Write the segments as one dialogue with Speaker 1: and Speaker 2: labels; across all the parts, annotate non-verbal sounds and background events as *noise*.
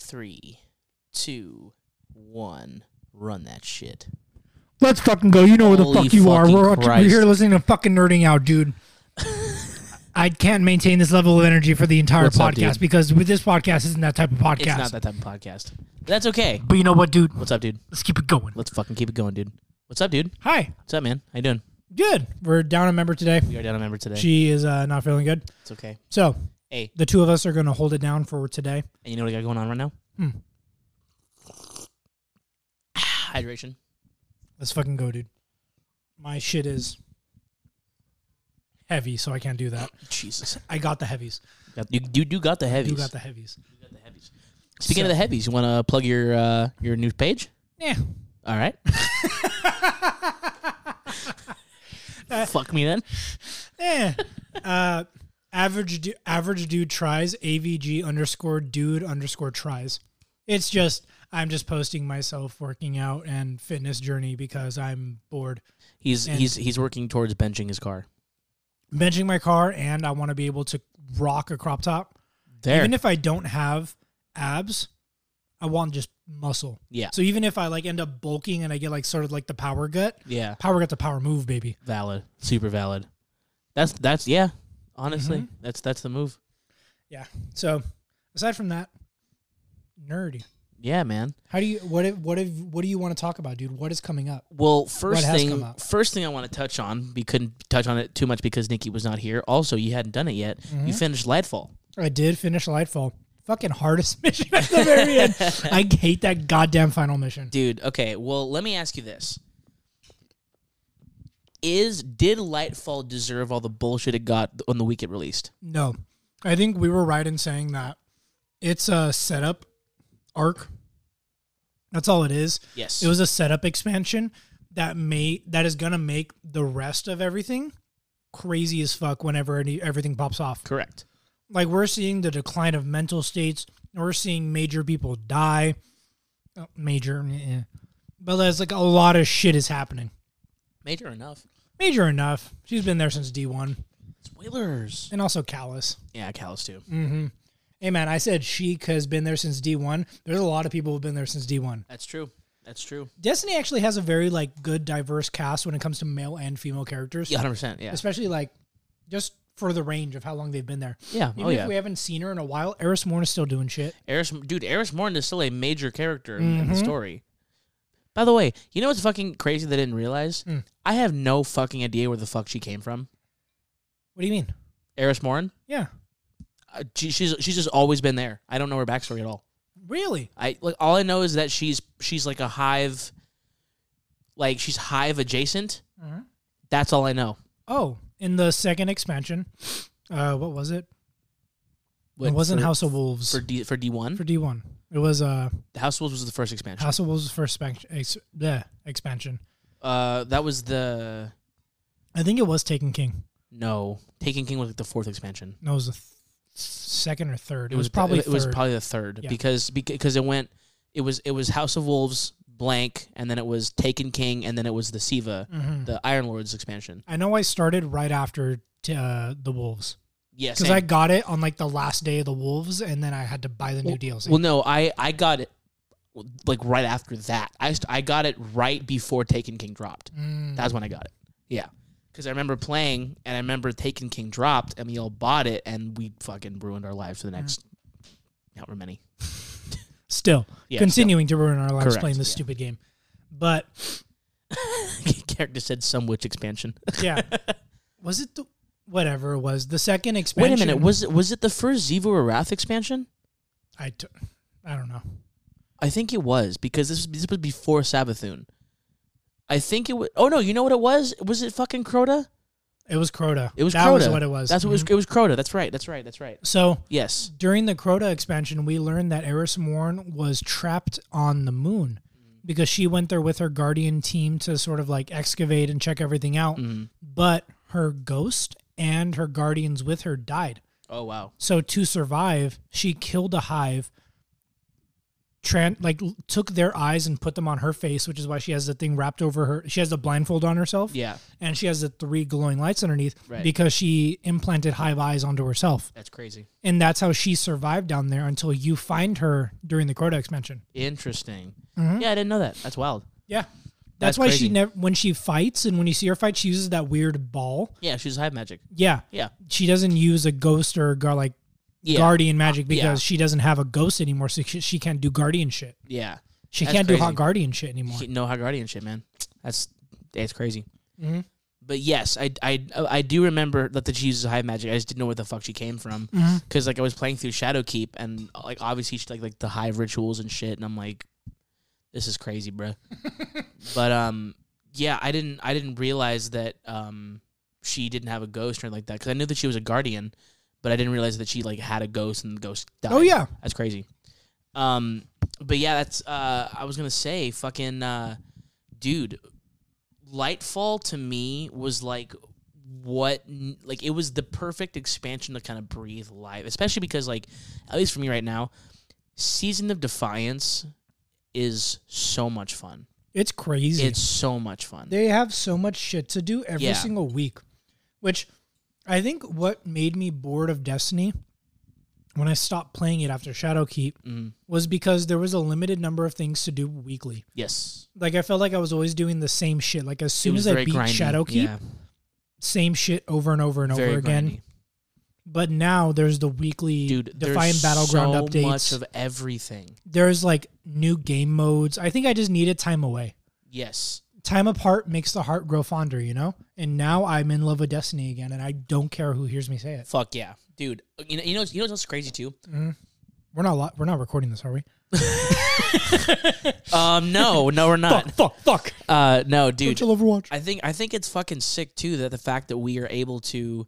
Speaker 1: three, two, one. Run that shit.
Speaker 2: Let's fucking go. You know where the
Speaker 1: Holy
Speaker 2: fuck you are.
Speaker 1: fucking
Speaker 2: We're, out- we're
Speaker 1: Christ.
Speaker 2: here listening to fucking nerding
Speaker 1: *laughs*
Speaker 2: out, dude. I can't maintain this level of energy for the entire
Speaker 1: What's up, dude?
Speaker 2: podcast because with this podcast isn't that type of podcast.
Speaker 1: It's not that type of podcast. That's okay.
Speaker 2: But you know what, dude?
Speaker 1: What's up, dude?
Speaker 2: Let's keep it going.
Speaker 1: Let's fucking keep it going, dude. What's up, dude?
Speaker 2: Hi.
Speaker 1: What's up, man? How you doing?
Speaker 2: Good. We're down a member today.
Speaker 1: We are down a member today.
Speaker 2: She is uh, not feeling good.
Speaker 1: It's okay.
Speaker 2: So
Speaker 1: Hey,
Speaker 2: the two of us are going to hold it down for today.
Speaker 1: and you know what I got going on right now?
Speaker 2: Hmm.
Speaker 1: *sighs* Hydration.
Speaker 2: Let's fucking go, dude. My shit is heavy, so I can't do that.
Speaker 1: Jesus.
Speaker 2: I *laughs* got the heavies.
Speaker 1: Got- You, you do got the heavies.
Speaker 2: You got the heavies.
Speaker 1: Speaking of the heavies, you want to plug your uh, your new page?
Speaker 2: Yeah.
Speaker 1: All
Speaker 2: *laughs*
Speaker 1: right. Fuck me then.
Speaker 2: Eh. Uh, average du- average dude tries avg underscore dude underscore tries. It's just I'm just posting myself working out and fitness journey because I'm bored.
Speaker 1: He's
Speaker 2: And-
Speaker 1: he's he's working towards benching his car.
Speaker 2: Benching my car and I want to be able to rock a crop top.
Speaker 1: There.
Speaker 2: Even if I don't have abs, I want just muscle.
Speaker 1: Yeah.
Speaker 2: So even if I like end up bulking and I get like sort of like the power gut,
Speaker 1: yeah.
Speaker 2: power gut to power move, baby.
Speaker 1: Valid. Super valid. That's that's yeah. Honestly,
Speaker 2: Mm-hmm.
Speaker 1: that's that's the move.
Speaker 2: Yeah. So aside from that, nerdy.
Speaker 1: Yeah, man.
Speaker 2: How do you what if, what if, what do you want to talk about, dude? What is coming up?
Speaker 1: Well, first
Speaker 2: What has
Speaker 1: thing,
Speaker 2: come up?
Speaker 1: first thing I want to touch on. We couldn't touch on it too much because Nikki was not here. Also, you hadn't done it yet.
Speaker 2: Mm-hmm.
Speaker 1: You finished Lightfall.
Speaker 2: I did finish Lightfall. Fucking hardest *laughs* mission at the very end. I hate that goddamn final mission.
Speaker 1: dude okay well let me ask you this is did lightfall deserve all the bullshit it got on the week it released
Speaker 2: No, I think we were right in saying that it's a setup arc. That's all it is.
Speaker 1: yes
Speaker 2: It was a setup expansion that may that is gonna make the rest of everything crazy as fuck whenever any, everything pops off.
Speaker 1: correct
Speaker 2: like we're seeing the decline of mental states we're seeing major people die Oh, major eh, eh. but there's like a lot of shit is happening
Speaker 1: major enough
Speaker 2: major enough she's been there since d1
Speaker 1: spoilers
Speaker 2: and also callus
Speaker 1: yeah callus too
Speaker 2: Mm. hey man i said she has been there since d1 there's a lot of people who've been there since d1
Speaker 1: that's true that's true
Speaker 2: destiny actually has a very like good diverse cast when it comes to male and female characters
Speaker 1: yeah 100% yeah
Speaker 2: especially like just for the range of how long they've been there
Speaker 1: yeah
Speaker 2: even
Speaker 1: oh
Speaker 2: if
Speaker 1: yeah
Speaker 2: we haven't seen her in a while eris morn is still doing shit
Speaker 1: Eris, dude Eris Morn is still a major character in- in the
Speaker 2: Mm-hmm.
Speaker 1: story by the way you know what's fucking crazy that I didn't realize
Speaker 2: Mm.
Speaker 1: I have no fucking idea where the fuck she came from
Speaker 2: what do you mean
Speaker 1: Eris Morn
Speaker 2: yeah
Speaker 1: uh, she, she's she's just always been there I don't know her backstory at all
Speaker 2: really
Speaker 1: I like all I know is that she's she's like a hive, like she's hive adjacent.
Speaker 2: Mhm.
Speaker 1: That's all I know.
Speaker 2: Oh, in the second expansion, uh, what was it?
Speaker 1: What-
Speaker 2: it wasn't
Speaker 1: for,
Speaker 2: House of Wolves
Speaker 1: for D for D one.
Speaker 2: for D one. It was uh,
Speaker 1: House of Wolves was the first expansion.
Speaker 2: House of Wolves first expansion. Ex- yeah, expansion.
Speaker 1: Uh, that was the
Speaker 2: I think it was Taken King.
Speaker 1: no Taken King was like the fourth expansion.
Speaker 2: No, it was the th- second or third.
Speaker 1: It, was
Speaker 2: probably
Speaker 1: it, was
Speaker 2: third.
Speaker 1: probably the third
Speaker 2: Yeah.
Speaker 1: because because it went it was it was House of Wolves blank and then it was Taken King and then it was the Siva
Speaker 2: Mhm.
Speaker 1: the Iron Lords expansion.
Speaker 2: I know I started right after t- uh, the Wolves
Speaker 1: Yes,
Speaker 2: because I got it on like the last day of the Wolves, and then I had to buy the new DLC.
Speaker 1: Well, no, I I got it like right after that. I st- I got it right before Taken King dropped.
Speaker 2: Mm,
Speaker 1: That's when I got it. Yeah, because I remember playing and I remember Taken King dropped and we all bought it and we fucking ruined our lives for the next
Speaker 2: Mm.
Speaker 1: however many. *laughs*
Speaker 2: still
Speaker 1: Yeah,
Speaker 2: continuing to ruin our lives
Speaker 1: Correct,
Speaker 2: playing this
Speaker 1: yeah.
Speaker 2: stupid game, but
Speaker 1: so- character said some witch expansion.
Speaker 2: yeah,
Speaker 1: *laughs*
Speaker 2: was it the whatever it was the second expansion?
Speaker 1: Wait a minute, was it was it the first Ziva or Wrath expansion?
Speaker 2: I, t- I don't know.
Speaker 1: I think it was because this was, this was before Sabathun. I think it was. Oh no, you know what it was? Was it fucking Crota?
Speaker 2: It was Crota.
Speaker 1: It was
Speaker 2: that
Speaker 1: Crota.
Speaker 2: was what it was.
Speaker 1: That's what it was.
Speaker 2: Mhm.
Speaker 1: It was Crota. That's right. That's right. That's right.
Speaker 2: So
Speaker 1: Yes.
Speaker 2: during the Crota expansion, we learned that Eris Morn was trapped on the moon
Speaker 1: Mm-hmm.
Speaker 2: because she went there with her guardian team to sort of like excavate and check everything out.
Speaker 1: Mm-hmm.
Speaker 2: But her ghost and her guardians with her died.
Speaker 1: Oh wow.
Speaker 2: So to survive, she killed a hive, tran- like l- took their eyes and put them on her face, which is why she has the thing wrapped over her. She has the blindfold on herself,
Speaker 1: Yeah,
Speaker 2: and she has the three glowing lights underneath
Speaker 1: Right.
Speaker 2: because she implanted hive eyes onto herself,
Speaker 1: that's crazy.
Speaker 2: and that's how she survived down there until you find her during the Crota expansion.
Speaker 1: Interesting.
Speaker 2: Mm-hmm.
Speaker 1: Yeah, I didn't know that. That's wild.
Speaker 2: Yeah.
Speaker 1: That's
Speaker 2: That's, why
Speaker 1: crazy.
Speaker 2: she never when she fights and when you see her fight, she uses that weird ball.
Speaker 1: Yeah, she's hive magic.
Speaker 2: Yeah.
Speaker 1: Yeah,
Speaker 2: She doesn't use a ghost or gar- like
Speaker 1: yeah,
Speaker 2: guardian magic
Speaker 1: yeah.
Speaker 2: because she doesn't have a ghost anymore. So she, she can't do guardian shit.
Speaker 1: yeah.
Speaker 2: She
Speaker 1: That's
Speaker 2: can't do
Speaker 1: crazy.
Speaker 2: hot guardian shit anymore. Mm-hmm.
Speaker 1: He- No high guardian shit, man. That's it's crazy. But yes, I, I I do remember that the she uses hive magic. I just didn't know where the fuck she came from
Speaker 2: Mm-hmm.
Speaker 1: because like I was playing through Shadowkeep and like obviously she like like the hive rituals and shit, and I'm like, this is crazy,
Speaker 2: *laughs*
Speaker 1: bruh. but um, yeah, I didn't I didn't realize that um she didn't have a ghost or anything like that because I knew that she was a guardian, but I didn't realize that she like had a ghost and the ghost died.
Speaker 2: Oh yeah.
Speaker 1: That's crazy. Um, but yeah, that's uh, I was gonna say, fucking uh, dude, Lightfall to me was like what, n- like it was the perfect expansion to kind of breathe life, especially because like at least for me right now, Season of Defiance is so much fun.
Speaker 2: It's crazy.
Speaker 1: It's so much fun.
Speaker 2: they have so much shit to do every
Speaker 1: Yeah.
Speaker 2: single week, which I think what made me bored of Destiny when I stopped playing it after Shadowkeep
Speaker 1: Mm,
Speaker 2: was because there was a limited number of things to do weekly.
Speaker 1: yes,
Speaker 2: Like I felt like I was always doing the same shit. Like as
Speaker 1: It
Speaker 2: soon
Speaker 1: was
Speaker 2: as I
Speaker 1: very
Speaker 2: beat
Speaker 1: grindy.
Speaker 2: Shadowkeep,
Speaker 1: Yeah,
Speaker 2: same shit over and over and
Speaker 1: very
Speaker 2: over again.
Speaker 1: grindy.
Speaker 2: But now there's the weekly
Speaker 1: dude. there's
Speaker 2: Defiant Battleground
Speaker 1: so
Speaker 2: updates.
Speaker 1: much of everything.
Speaker 2: there's like new game modes. I think I just needed time away.
Speaker 1: Yes,
Speaker 2: Time apart makes the heart grow fonder, you know? And now I'm in love with Destiny again, and I don't care who hears me say it.
Speaker 1: Fuck yeah, dude. You know, you know, you know what's crazy too?
Speaker 2: We're not lo- we're not recording this, are we?
Speaker 1: Um, no, no, we're not.
Speaker 2: *laughs* fuck, fuck.
Speaker 1: Uh, no, dude.
Speaker 2: Until Overwatch.
Speaker 1: I think I think it's fucking sick too that the fact that we are able to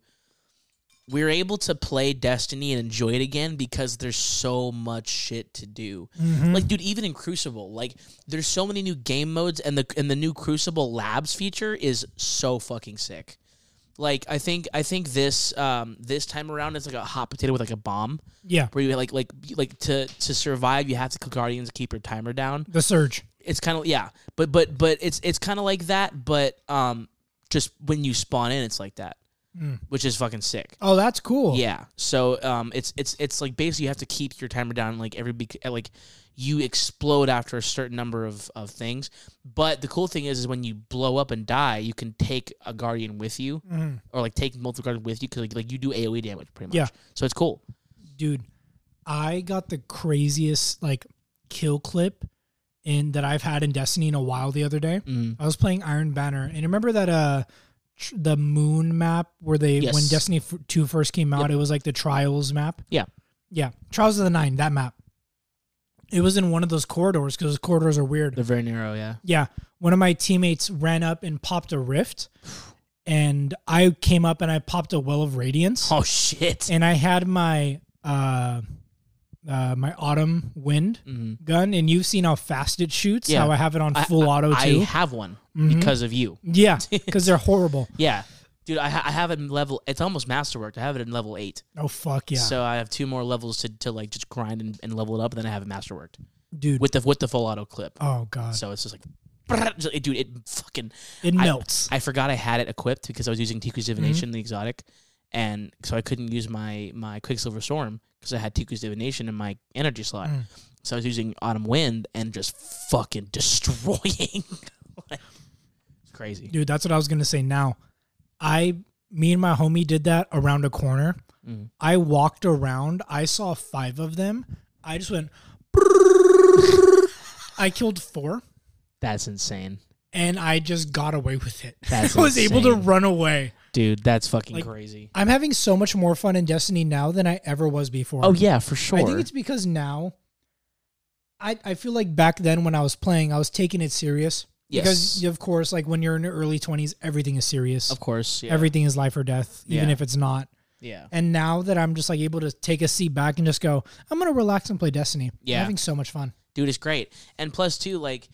Speaker 1: we're able to play Destiny and enjoy it again because there's so much shit to do. Like, dude, even in Crucible, like there's so many new game modes, and the and the new Crucible Labs feature is so fucking sick. Like, I think I think this um this time around it's like a hot potato with like a bomb.
Speaker 2: yeah.
Speaker 1: where you like like like to to survive you have to kill guardians to keep your timer down
Speaker 2: The Surge.
Speaker 1: it's kind of yeah but but but it's it's kind of like that but um just when you spawn in it's like that which is fucking sick
Speaker 2: Oh, that's cool.
Speaker 1: yeah so um it's it's it's like basically you have to keep your timer down like every bec- uh, like you explode after a certain number of of things but the cool thing is is when you blow up and die you can take a guardian with you or like take multiple guardians with you because like, like you do aoe damage pretty much
Speaker 2: Yeah.
Speaker 1: so it's cool
Speaker 2: Dude, I got the craziest like kill clip in that I've had in Destiny in a while the other day.
Speaker 1: Mm.
Speaker 2: I was playing Iron Banner, and remember that uh, tr- the moon map where they
Speaker 1: Yes.
Speaker 2: when Destiny f- two first came out, it was like the Trials map.
Speaker 1: Yeah.
Speaker 2: yeah, Trials of the Nine, that map. It was in one of those corridors because those corridors are weird.
Speaker 1: they're very narrow yeah
Speaker 2: Yeah, one of my teammates ran up and popped a rift, and I came up and I popped a well of radiance,
Speaker 1: *laughs* Oh shit!
Speaker 2: and I had my uh, uh, my autumn wind.
Speaker 1: Mhm.
Speaker 2: Gun and you've seen how fast it shoots.
Speaker 1: Yeah.
Speaker 2: How I have it on
Speaker 1: I-
Speaker 2: full auto
Speaker 1: I
Speaker 2: too. Mm-hmm.
Speaker 1: have one because of you.
Speaker 2: *laughs* yeah, because they're horrible.
Speaker 1: Yeah, dude, I, ha- I have it in level. It's almost masterworked. I have it in level eight,
Speaker 2: Oh fuck yeah,
Speaker 1: so I have two more levels to, to like just grind and, and level it up, and then I have it masterworked
Speaker 2: dude.
Speaker 1: with the with the full auto clip.
Speaker 2: oh god,
Speaker 1: So it's just like, brrr, just- dude, it fucking.
Speaker 2: it
Speaker 1: I-
Speaker 2: melts.
Speaker 1: I forgot I had it equipped because I was using Tiku's
Speaker 2: Mm-hmm.
Speaker 1: Divination, the exotic, and so I couldn't use my my Quicksilver Storm because I had Tiku's Divination in my energy slot.
Speaker 2: Mm.
Speaker 1: So I was using Autumn Wind and just fucking *laughs* destroying. Like, it's crazy.
Speaker 2: dude, that's what I was gonna say. Now, I, me and my homie did that around a corner.
Speaker 1: Mm.
Speaker 2: I walked around. I saw five of them. I just went. *laughs* I killed four,
Speaker 1: That's insane,
Speaker 2: and I just got away with it.
Speaker 1: That's
Speaker 2: *laughs* I was able to
Speaker 1: insane.
Speaker 2: run away.
Speaker 1: dude. That's fucking
Speaker 2: Like-
Speaker 1: crazy.
Speaker 2: I'm having so much more fun in Destiny now than I ever was before.
Speaker 1: Oh yeah, for sure.
Speaker 2: I think it's because now I I feel like back then when I was playing, I was taking it serious. Because
Speaker 1: Yes.
Speaker 2: of course, like when you're in your early twenties, everything is serious.
Speaker 1: of course. Yeah.
Speaker 2: Everything is life or death, even
Speaker 1: Yeah.
Speaker 2: if it's not.
Speaker 1: yeah.
Speaker 2: And now that I'm just like able to take a seat back and just go, I'm gonna relax and play Destiny. I'm
Speaker 1: Yeah.
Speaker 2: having so much fun.
Speaker 1: dude it's great and plus too like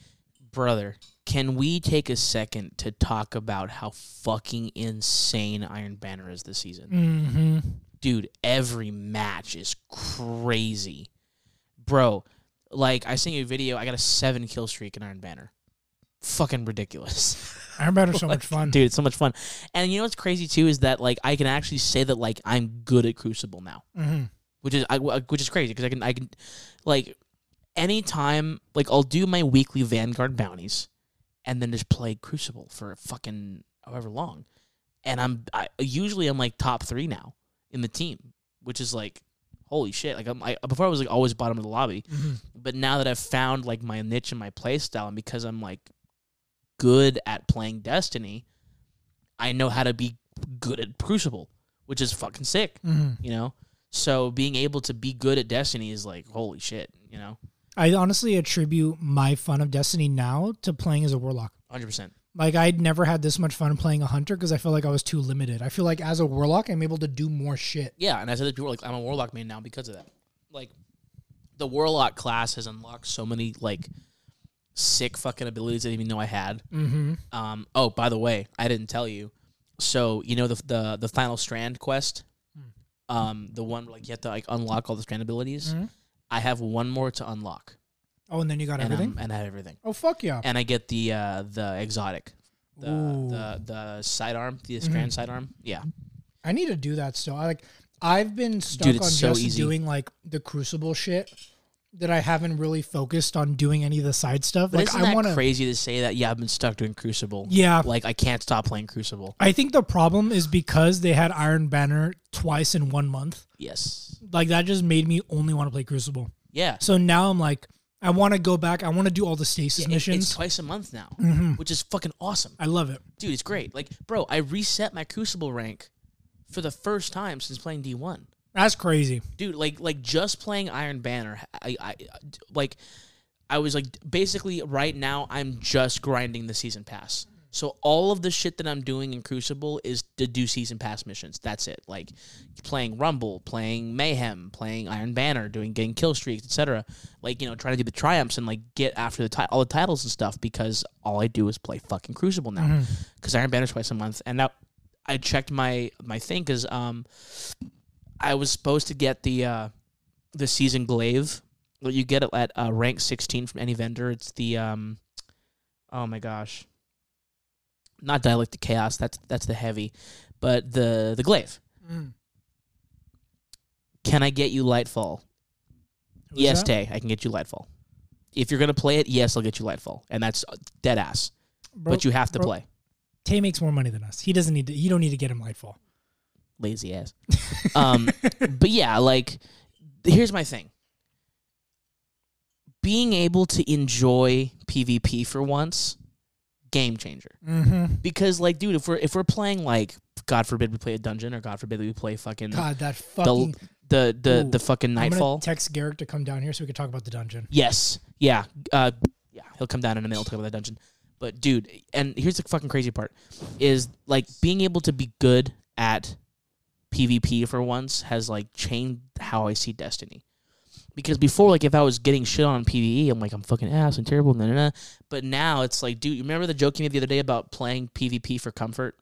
Speaker 1: brother can we take a second to talk about how fucking insane iron banner is this season
Speaker 2: Mm-hmm.
Speaker 1: dude every match is crazy bro Like I sent you a video. I got a seven kill streak in Iron Banner. Fucking
Speaker 2: *laughs*
Speaker 1: ridiculous,
Speaker 2: Iron Banner's so much fun.
Speaker 1: dude. It's so much fun. And you know what's crazy too is that like I can actually say that like I'm good at Crucible now,
Speaker 2: Mhm.
Speaker 1: which is I, which is crazy because I can I can like anytime like I'll do my weekly Vanguard bounties and then just play Crucible for fucking however long, and I'm I, usually I'm like top three now in the team, which is like holy shit. Like I'm I, before I was like always bottom of the lobby,
Speaker 2: Mhm.
Speaker 1: but now that I've found like my niche and my play style, and because I'm like good at playing Destiny, I know how to be good at Crucible, which is fucking sick,
Speaker 2: Mhm.
Speaker 1: you know. So being able to be good at Destiny is like holy shit, you know,
Speaker 2: I honestly attribute my fun of Destiny now to playing as a warlock.
Speaker 1: hundred percent.
Speaker 2: Like I'd never had this much fun playing a hunter because I feel like I was too limited. I feel like as a warlock, I'm able to do more shit.
Speaker 1: Yeah, and I said that people were like, I'm a warlock main now because of that. Like, the warlock class has unlocked so many like sick fucking abilities I didn't even know I had.
Speaker 2: Mm-hmm.
Speaker 1: Um, oh, by the way, I didn't tell you. So you know the the the final strand quest,
Speaker 2: Hmm.
Speaker 1: um, the one where like you have to like unlock all the strand abilities.
Speaker 2: Mhm.
Speaker 1: I have one more to unlock,
Speaker 2: Oh, and then you got
Speaker 1: and,
Speaker 2: everything.
Speaker 1: I'm- and I have everything,
Speaker 2: oh fuck yeah!
Speaker 1: and I get the uh, the exotic, the
Speaker 2: Ooh. Mm-hmm.
Speaker 1: the the sidearm, the strand sidearm. Yeah,
Speaker 2: I need to do that still. I like I've been stuck
Speaker 1: Dude, it's
Speaker 2: on
Speaker 1: so
Speaker 2: just
Speaker 1: easy.
Speaker 2: doing like the crucible shit that I haven't really focused on doing any of the side stuff.
Speaker 1: but
Speaker 2: like
Speaker 1: isn't
Speaker 2: I
Speaker 1: that
Speaker 2: want to
Speaker 1: crazy to say that? Yeah, I've been stuck doing Crucible.
Speaker 2: Yeah.
Speaker 1: like I can't stop playing Crucible.
Speaker 2: I think the problem is because they had Iron Banner twice in one month.
Speaker 1: Yes,
Speaker 2: Like that just made me only want to play Crucible.
Speaker 1: yeah.
Speaker 2: So now I'm like, I want to go back. I want to do all the stasis
Speaker 1: It- it's
Speaker 2: missions.
Speaker 1: twice a month now,
Speaker 2: Mhm.
Speaker 1: which is fucking awesome.
Speaker 2: I love it.
Speaker 1: dude, it's great. Like, bro, I reset my Crucible rank for the first time since playing D1.
Speaker 2: That's crazy.
Speaker 1: Dude, like, like just playing Iron Banner, I, I, I- like, I was like, basically, right now, I'm just grinding the season pass. So all of the shit that I'm doing in Crucible is to do season pass missions. That's it. Like playing Rumble, playing Mayhem, playing Iron Banner, doing getting kill streaks, etc. Like you know, trying to do the triumphs and like get after the ti- all the titles and stuff because all I do is play fucking Crucible now because Iron Banner's twice a month. And now I checked my my thing because um I was supposed to get the uh the season glaive that you get it at uh, rank sixteen from any vendor. It's the um oh my gosh, not dialectic chaos. That's that's the heavy, but the the glaive.
Speaker 2: Mm.
Speaker 1: Can I get you Lightfall?
Speaker 2: Who's
Speaker 1: yes,
Speaker 2: that?
Speaker 1: Tay. I can get you Lightfall. If you're gonna play it, yes, I'll get you Lightfall, and that's uh, dead ass.
Speaker 2: Bro,
Speaker 1: but you have to
Speaker 2: bro-
Speaker 1: play.
Speaker 2: Tay makes more money than us. He doesn't need to. You don't need to get him Lightfall.
Speaker 1: lazy ass. um,
Speaker 2: *laughs*
Speaker 1: but yeah, like here's my thing. Being able to enjoy PvP for once, game changer.
Speaker 2: Mm-hmm.
Speaker 1: Because like, dude, if we're if we're playing like, God forbid we play a dungeon, or God forbid we play fucking
Speaker 2: God, that fucking.
Speaker 1: the the
Speaker 2: Ooh.
Speaker 1: the fucking
Speaker 2: I'm
Speaker 1: Nightfall.
Speaker 2: gonna text Garrick to come down here so we can talk about the dungeon.
Speaker 1: yes, yeah, uh, yeah, he'll come down in a minute. We'll talk about that dungeon. But dude, and here's the fucking crazy part: is like being able to be good at PvP for once has like changed how I see Destiny. Because before, like, if I was getting shit on in PVE, I'm like, I'm fucking ass, I'm terrible, nah, nah, nah. But now it's like, dude, you remember the joke you made the other day about playing PvP for comfort?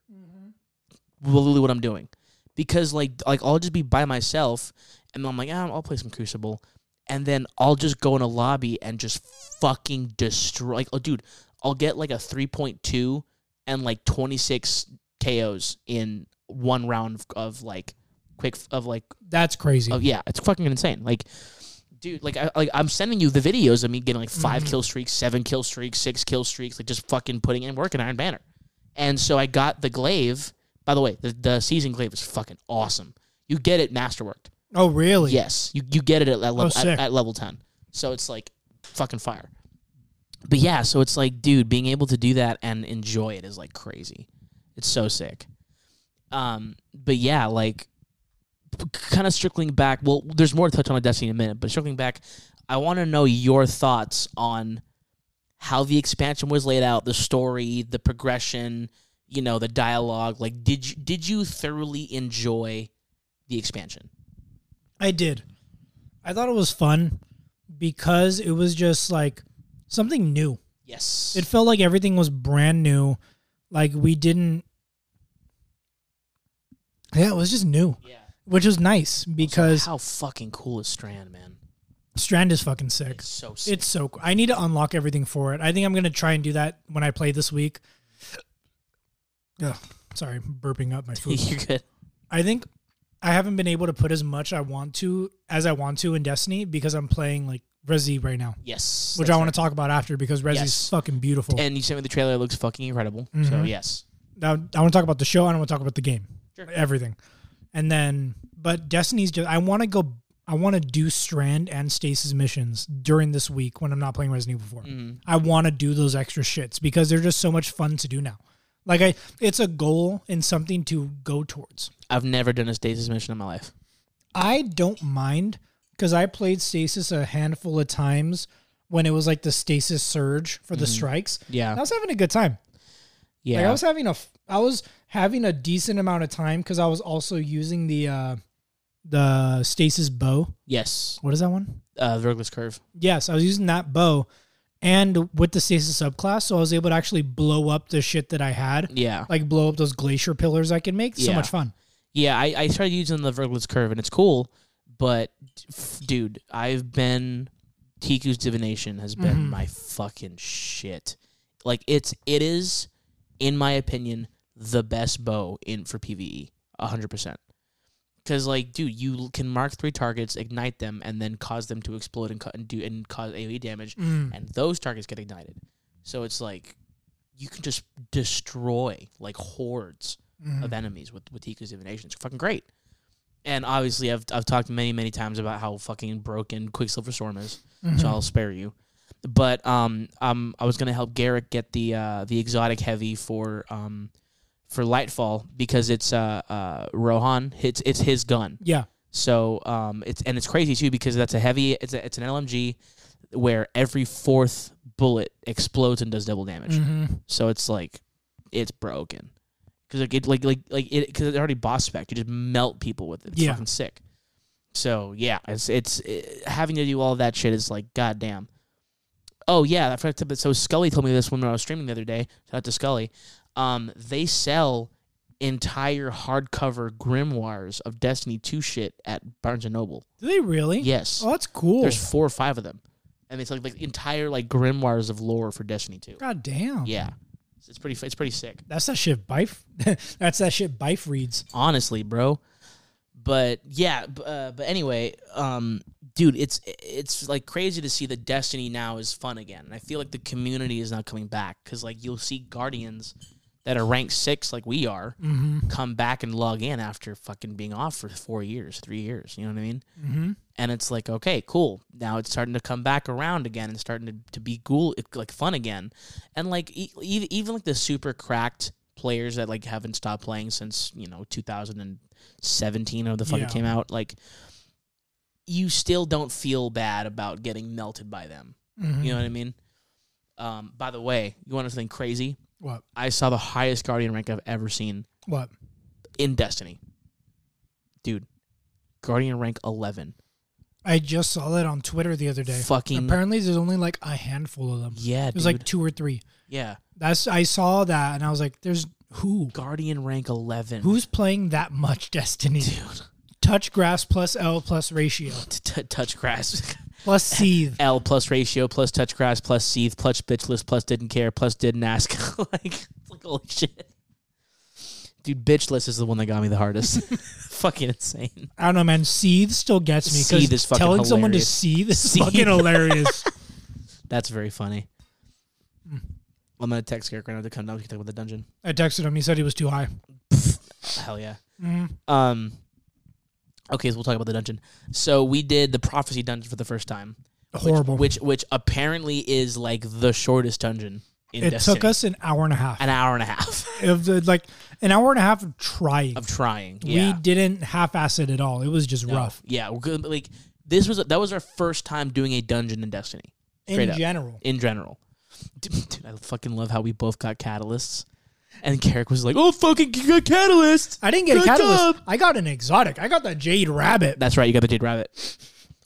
Speaker 1: Well, literally what I'm doing. Because, like, like I'll just be by myself, and I'm like, ah, I'll play some Crucible. And then I'll just go in a lobby and just fucking destroy. Like, oh, dude, I'll get, like, a 3.2 and, like, 26 KOs in one round of, of like, quick, of, like,
Speaker 2: That's crazy.
Speaker 1: Oh yeah, it's fucking insane. Like, dude, like I like I'm sending you the videos of me getting like 5
Speaker 2: Mhm.
Speaker 1: kill streaks, seven kill streaks, six kill streaks, like just fucking putting in work in Iron Banner. And so I got the glaive. By the way, the, the season glaive is fucking awesome. You get it masterworked.
Speaker 2: Oh really?
Speaker 1: Yes, you you get it at, at level
Speaker 2: Oh, sick.
Speaker 1: at, at level ten. So it's like fucking fire. But yeah, so it's like, dude, being able to do that and enjoy it is like crazy. It's so sick. Um, but yeah, like, kind of circling back. Well, there's more to touch on with Destiny in a minute, but circling back, I want to know your thoughts on how the expansion was laid out, the story, the progression, you know, the dialogue. Like, did you did you thoroughly enjoy the expansion?
Speaker 2: I did. I thought it was fun because it was just like something new.
Speaker 1: Yes.
Speaker 2: It felt like everything was brand new. Like we didn't. Yeah, it was just new,
Speaker 1: yeah.
Speaker 2: which was nice because
Speaker 1: how fucking cool is Strand, man?
Speaker 2: Strand is fucking sick.
Speaker 1: So sick. *laughs*
Speaker 2: It's so cool. I need to unlock everything for it. I think I'm gonna try and do that when I play this week. Ugh, sorry, burping up my food.
Speaker 1: You're good.
Speaker 2: I think I haven't been able to put as much I want to as I want to in Destiny because I'm playing like Resi right now,
Speaker 1: Yes.
Speaker 2: which
Speaker 1: that's
Speaker 2: I want to talk about after because Resi's
Speaker 1: Yes.
Speaker 2: fucking beautiful.
Speaker 1: right. And you sent me the trailer. It looks fucking incredible.
Speaker 2: Mm-hmm.
Speaker 1: So yes.
Speaker 2: now I want to talk about the show. I don't want to talk about the game.
Speaker 1: Sure.
Speaker 2: Everything. And then, but Destiny's just, I want to go, I want to do Strand and Stasis missions during this week when I'm not playing Resident Evil 4.
Speaker 1: Mm-hmm.
Speaker 2: I want to do those extra shits because they're just so much fun to do now. Like, I, it's a goal and something to go towards.
Speaker 1: I've never done a stasis mission in my life.
Speaker 2: I don't mind because I played Stasis a handful of times when it was like the Stasis surge for the strikes.
Speaker 1: Mm-hmm. Yeah.
Speaker 2: I was having a good time.
Speaker 1: yeah.
Speaker 2: Like I was having a, f- I was having a decent amount of time because I was also using the, uh the stasis bow.
Speaker 1: yes.
Speaker 2: What is that one?
Speaker 1: Uh, Vergless curve.
Speaker 2: Yes, I was using that bow, and with the stasis subclass, so I was able to actually blow up the shit that I had,
Speaker 1: Yeah.
Speaker 2: like blow up those glacier pillars I can make. So
Speaker 1: Yeah.
Speaker 2: much fun.
Speaker 1: Yeah, I, I started using the Vergless curve and it's cool, but f- dude, I've been Tiku's divination has been my fucking shit. Like it's it is, in my opinion, the best bow in for PVE, hundred percent. Because like, dude, you l- can mark three targets, ignite them, and then cause them to explode and, cut and do and cause AOE damage,
Speaker 2: Mm.
Speaker 1: and those targets get ignited. So it's like you can just destroy like hordes
Speaker 2: Mm-hmm.
Speaker 1: of enemies with with Tiku's divination. It's fucking great. And obviously, I've I've talked many many times about how fucking broken Quicksilver Storm is, so
Speaker 2: Mm-hmm.
Speaker 1: I'll spare you. But um um I was gonna help Garrick get the uh the exotic heavy for um for Lightfall because it's uh uh Rohan it's it's his gun.
Speaker 2: Yeah,
Speaker 1: So um it's and it's crazy too because that's a heavy it's a, it's an LMG where every fourth bullet explodes and does double damage.
Speaker 2: Mm-hmm.
Speaker 1: So it's like it's broken because like it like like like it because it's already boss spec. You just melt people with it. It's
Speaker 2: Yeah.
Speaker 1: fucking sick. So yeah, it's it's it, having to do all that shit is like goddamn. Oh yeah, I forgot to. But so Scully told me this when I was streaming the other day. Shout out to Scully. Um, they sell entire hardcover grimoires of Destiny Two shit at Barnes and Noble.
Speaker 2: do they really?
Speaker 1: Yes,
Speaker 2: Oh, that's cool.
Speaker 1: there's four or five of them, and it's like like entire like grimoires of lore for Destiny Two.
Speaker 2: God damn.
Speaker 1: Yeah, it's pretty it's pretty sick.
Speaker 2: That's that shit. Bife. *laughs* that's that shit. Bife reads.
Speaker 1: honestly, bro. But yeah, b- uh, but anyway, um, dude, it's it's like crazy to see that Destiny now is fun again, and I feel like the community is now coming back because like you'll see Guardians that are ranked six, like we are, come back and log in after fucking being off for four years, three years. You know what I mean?
Speaker 2: Mm-hmm.
Speaker 1: And it's like, okay, cool. Now it's starting to come back around again and starting to, to be cool, like fun again. And like e- e- even like the super cracked players that like haven't stopped playing since you know 2017 or the fuck
Speaker 2: Yeah.
Speaker 1: it came out, like you still don't feel bad about getting melted by them.
Speaker 2: Mm-hmm.
Speaker 1: You know what I mean? Um, by the way, you want to something crazy?
Speaker 2: What?
Speaker 1: I saw the highest guardian rank I've ever seen
Speaker 2: What?
Speaker 1: in Destiny, dude. Guardian rank eleven.
Speaker 2: I just saw that on Twitter the other day.
Speaker 1: Fucking
Speaker 2: Apparently, there's only like a handful of them.
Speaker 1: yeah,
Speaker 2: There's
Speaker 1: dude.
Speaker 2: like two or three.
Speaker 1: yeah.
Speaker 2: That's I saw that and I was like, "There's who?
Speaker 1: Guardian rank 11.
Speaker 2: Who's playing that much *laughs* Destiny?
Speaker 1: Dude.
Speaker 2: Touch grass plus L plus ratio
Speaker 1: T- t- touch grass.
Speaker 2: plus seethe.
Speaker 1: *laughs* L plus ratio plus touch grass plus seeth plus bitchless plus didn't care plus didn't ask. *laughs* like, it's like, holy shit. Dude, bitchless is the one that got me the hardest. *laughs* Fucking insane.
Speaker 2: I don't know, man. Seethe still gets me. 'cause
Speaker 1: Seethe is fucking
Speaker 2: telling someone to
Speaker 1: hilarious.
Speaker 2: seethe is
Speaker 1: Seethe. *laughs*
Speaker 2: fucking hilarious.
Speaker 1: That's very funny. Hmm. I'm gonna text Garrick right now to come down. We can talk about the dungeon.
Speaker 2: I texted him. He said he was too high.
Speaker 1: Hell yeah.
Speaker 2: Mm.
Speaker 1: Um. Okay, so we'll talk about the dungeon. So we did the prophecy dungeon for the first time.
Speaker 2: Horrible.
Speaker 1: Which, which, which apparently is like the shortest dungeon in
Speaker 2: it
Speaker 1: Destiny.
Speaker 2: took us an hour and a half.
Speaker 1: an hour and a half *laughs*
Speaker 2: Of the, uh, like an hour and a half of trying.
Speaker 1: of trying. Yeah.
Speaker 2: We didn't half-ass it at all. It was just rough
Speaker 1: Yeah, we're good. but, Like this was that was our first time doing a dungeon in Destiny straight
Speaker 2: in
Speaker 1: up.
Speaker 2: general.
Speaker 1: in general. Dude, dude, I fucking love how we both got catalysts. And Carrick was like, "Oh fucking you got catalyst."
Speaker 2: I didn't get a
Speaker 1: Good
Speaker 2: catalyst.
Speaker 1: job.
Speaker 2: I got an exotic. I got the jade rabbit.
Speaker 1: That's right, you got the Jade Rabbit.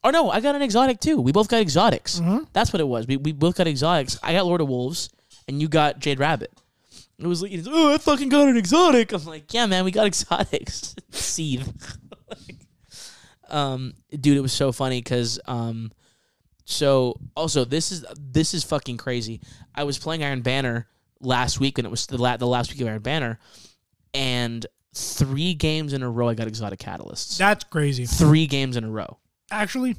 Speaker 1: Oh no, I got an exotic too. We both got exotics. That's what it was. We, we both got exotics. I got Lord of Wolves, and you got Jade Rabbit. It was like, oh, I fucking got an exotic. I'm like, yeah, man, we got *laughs* exotics. *laughs* Seethe. um, dude, it was so funny because um, So also this is this is fucking crazy. I was playing Iron Banner last week and it was the, la- the last week of Iron Banner and three games in a row I got exotic catalysts.
Speaker 2: That's crazy.
Speaker 1: three games in a row.
Speaker 2: Actually,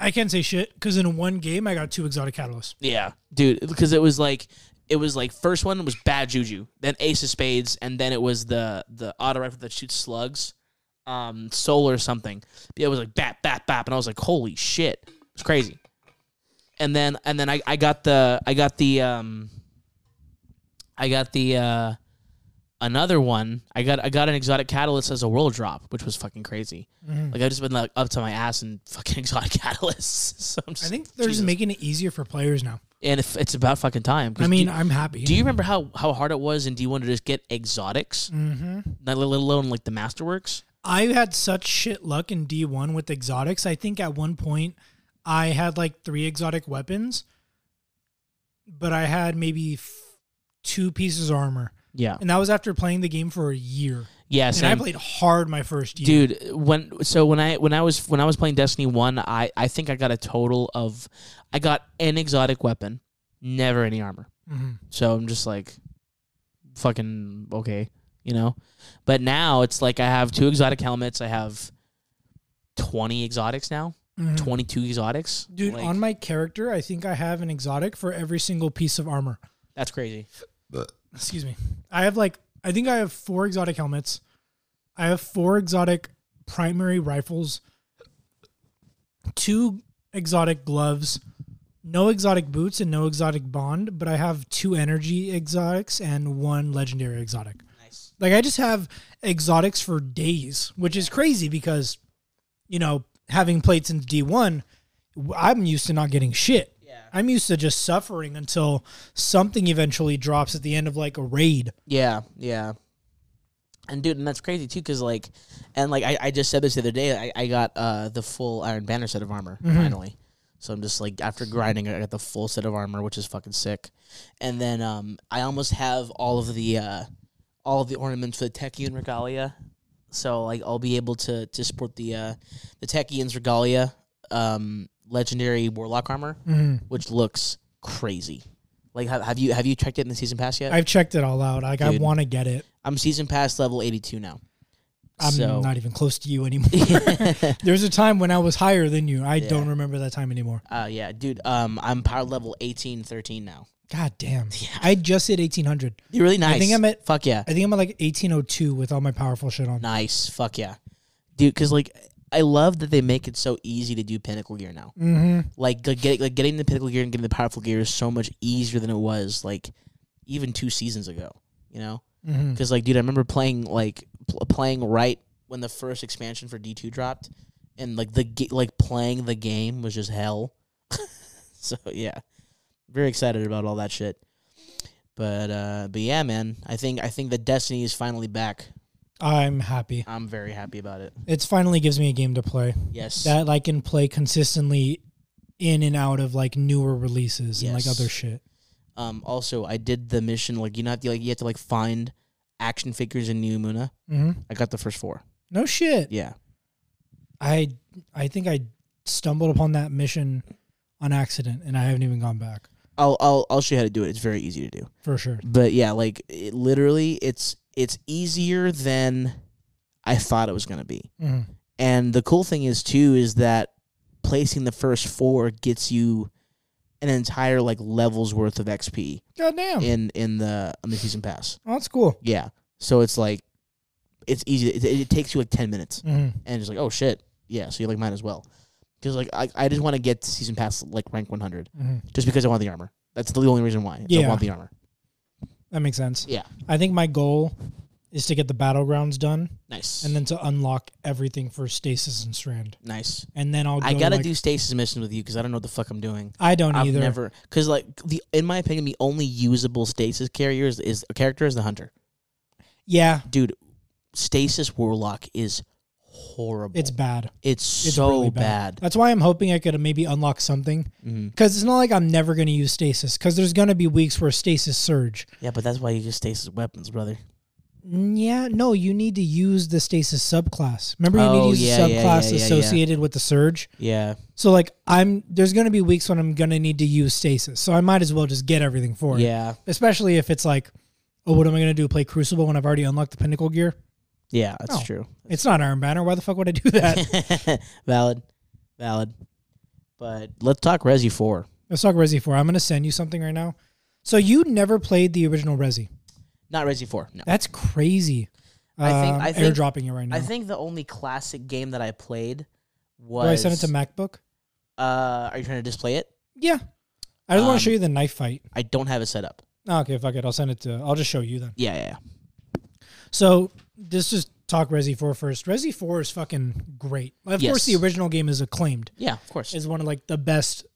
Speaker 2: I can't say shit because in one game I got two exotic catalysts.
Speaker 1: Yeah, dude, because it was like it was like first one was bad juju, then ace of spades, and then it was the the auto rifle that shoots slugs, um, solar or something. Yeah, it was like bap bap bap, and I was like, holy shit, it's crazy. And then and then I, I got the I got the um I got the uh another one. I got I got an exotic catalyst as a world drop, which was fucking crazy.
Speaker 2: Mm-hmm.
Speaker 1: Like I've just been like up to my ass in fucking *laughs* exotic catalysts. *laughs* so I'm
Speaker 2: I
Speaker 1: just-
Speaker 2: think they're just
Speaker 1: Jesus.
Speaker 2: making it easier for players now.
Speaker 1: and if it's about fucking time. 'cause
Speaker 2: I mean,
Speaker 1: do,
Speaker 2: I'm happy.
Speaker 1: do you remember how how hard it was in D one to just get exotics,
Speaker 2: hmm
Speaker 1: not let let alone like the masterworks?
Speaker 2: I had such shit luck in D1 with exotics. I think at one point I had like three exotic weapons, but I had maybe f- two pieces of armor.
Speaker 1: Yeah,
Speaker 2: And that was after playing the game for a year.
Speaker 1: yeah,
Speaker 2: And I
Speaker 1: same.
Speaker 2: played hard my first year.
Speaker 1: Dude, when so when I when I was when I was playing Destiny one, I I think I got a total of, I got an exotic weapon, never any armor.
Speaker 2: Mhm.
Speaker 1: So I'm just like, fucking okay, you know. But now it's like I have two exotic helmets. I have twenty exotics now,
Speaker 2: Mhm.
Speaker 1: twenty two exotics.
Speaker 2: Dude,
Speaker 1: Like,
Speaker 2: on my character, I think I have an exotic for every single piece of armor.
Speaker 1: that's crazy.
Speaker 2: Excuse me. I have like, I think I have four exotic helmets. I have four exotic primary rifles, two exotic gloves, no exotic boots, and no exotic bond, but I have two energy exotics and one legendary exotic.
Speaker 1: Nice.
Speaker 2: Like, I just have exotics for days, which is crazy because, you know, having played since D1, w- I'm used to not getting shit.
Speaker 1: Yeah.
Speaker 2: I'm used to just suffering until something eventually drops at the end of like a raid.
Speaker 1: Yeah, yeah. And dude, and that's crazy too, because like, and like I, I just said this the other day, I, I got uh the full Iron Banner set of armor finally. So I'm just like after grinding, I got the full set of armor, which is fucking sick. And then um I almost have all of the uh all of the ornaments for the Techian regalia. So like I'll be able to to support the uh the Techian's regalia um legendary warlock armor,
Speaker 2: Mm.
Speaker 1: which looks crazy. Like have, have you have you checked it in the season pass yet?
Speaker 2: I've checked it all out. Like I
Speaker 1: Dude.
Speaker 2: want to get it.
Speaker 1: I'm season pass level 82
Speaker 2: *laughs*
Speaker 1: now.
Speaker 2: I'm
Speaker 1: so,
Speaker 2: not even close to you
Speaker 1: *laughs*
Speaker 2: anymore. *laughs* There's a time when I was higher than you. I don't
Speaker 1: Yeah.
Speaker 2: remember that time anymore.
Speaker 1: uh, yeah, dude, um, I'm power level 18, 13 now.
Speaker 2: God damn. I just hit 1800.
Speaker 1: You're really nice.
Speaker 2: think I'm at-
Speaker 1: Fuck yeah.
Speaker 2: I think I'm at like 1802 with all my powerful shit on.
Speaker 1: Nice. Fuck yeah. Dude, because, like, I love that they make it so easy to do pinnacle gear now.
Speaker 2: Mm-hmm.
Speaker 1: Like, like, get, like, getting the pinnacle gear and getting the powerful gear is so much easier than it was, like, even two seasons ago, you know?
Speaker 2: Mm-hmm.
Speaker 1: Because, like, dude, I remember playing, like, pl- playing right when the first expansion for D2 dropped, and, like, the ga- like playing the game was just hell. *laughs* so, yeah. Very excited about all that shit. But, uh, but yeah, man, I think, I think that Destiny is finally back.
Speaker 2: I'm happy.
Speaker 1: I'm very happy about it.
Speaker 2: It's finally gives me a game to play
Speaker 1: Yes.
Speaker 2: that I can play consistently in and out of like newer releases and like
Speaker 1: Yes.
Speaker 2: other shit.
Speaker 1: um, also, I did the mission, like, you know, have to, like, you have to, like, find action figures in New Muna.
Speaker 2: Mm-hmm.
Speaker 1: I got the first four.
Speaker 2: No shit.
Speaker 1: Yeah.
Speaker 2: I I think I stumbled upon that mission on accident and I haven't even gone back
Speaker 1: I'll, I'll, I'll show you how to do it. It's very easy to do.
Speaker 2: for sure.
Speaker 1: but yeah like it, literally it's it's easier than i thought it was going to be
Speaker 2: Mhm.
Speaker 1: and the cool thing is too is that placing the first four gets you an entire like levels worth of xp
Speaker 2: God damn.
Speaker 1: in in the on the season pass
Speaker 2: Oh, that's cool.
Speaker 1: yeah so it's like it's easy it, it takes you like 10 minutes
Speaker 2: Mhm.
Speaker 1: and it's like oh shit yeah so you like might as well because like I, I just want to get to season pass like rank 100
Speaker 2: Mhm.
Speaker 1: just because i want the armor that's the only reason why i
Speaker 2: Yeah.
Speaker 1: want the armor
Speaker 2: That makes sense.
Speaker 1: yeah
Speaker 2: I think my goal is to get the battlegrounds done
Speaker 1: nice
Speaker 2: and then to unlock everything for Stasis and Strand.
Speaker 1: nice
Speaker 2: And then I'll go
Speaker 1: I gotta
Speaker 2: like-
Speaker 1: do stasis missions with you because I don't know what the fuck I'm doing.
Speaker 2: I don't
Speaker 1: I've
Speaker 2: either.
Speaker 1: never because like the in my opinion the only usable stasis carrier is, is character is the hunter.
Speaker 2: yeah,
Speaker 1: Dude, stasis warlock is horrible.
Speaker 2: it's bad.
Speaker 1: it's,
Speaker 2: It's
Speaker 1: so
Speaker 2: really
Speaker 1: bad.
Speaker 2: That's why I'm hoping I could maybe unlock something
Speaker 1: Mhm.
Speaker 2: cuz it's not like I'm never going to use Stasis cuz there's going to be weeks where Stasis surge.
Speaker 1: Yeah, but that's why you use stasis weapons, brother.
Speaker 2: Mm, Yeah, no, you need to use the stasis subclass. Remember, you need to
Speaker 1: Oh,
Speaker 2: use
Speaker 1: yeah,
Speaker 2: the
Speaker 1: yeah, yeah,
Speaker 2: subclass
Speaker 1: yeah, yeah.
Speaker 2: associated with the surge.
Speaker 1: Yeah.
Speaker 2: So, like, I'm there's going to be weeks when I'm going to need to use stasis. So, I might as well just get everything for it.
Speaker 1: Yeah.
Speaker 2: Especially if it's like, oh, what am I going to do? Play Crucible when I've already unlocked the Pinnacle gear?
Speaker 1: Yeah, that's
Speaker 2: Oh.
Speaker 1: true. *laughs*
Speaker 2: It's not Iron Banner. Why the fuck would I do that?
Speaker 1: valid. Valid. But let's talk Resi 4.
Speaker 2: Let's talk Resi 4. I'm going to send you something right now. So, you never played the original Resi.
Speaker 1: Not Resi 4. No.
Speaker 2: That's crazy.
Speaker 1: I think-
Speaker 2: Um,
Speaker 1: I think-
Speaker 2: airdropping it right now.
Speaker 1: I think the only classic game that I played was
Speaker 2: Do I send it to MacBook?
Speaker 1: uh are you trying to display it?
Speaker 2: Yeah. I just want
Speaker 1: Um,
Speaker 2: to show you the knife fight.
Speaker 1: I don't have it set up.
Speaker 2: Oh, okay, fuck it. I'll send it to. I'll just show you then.
Speaker 1: Yeah, yeah, yeah.
Speaker 2: So let's just talk Resi 4 first. Resi 4 is fucking great. Of
Speaker 1: Yes.
Speaker 2: course, the original game is acclaimed.
Speaker 1: Yeah, of course.
Speaker 2: It's one of like the best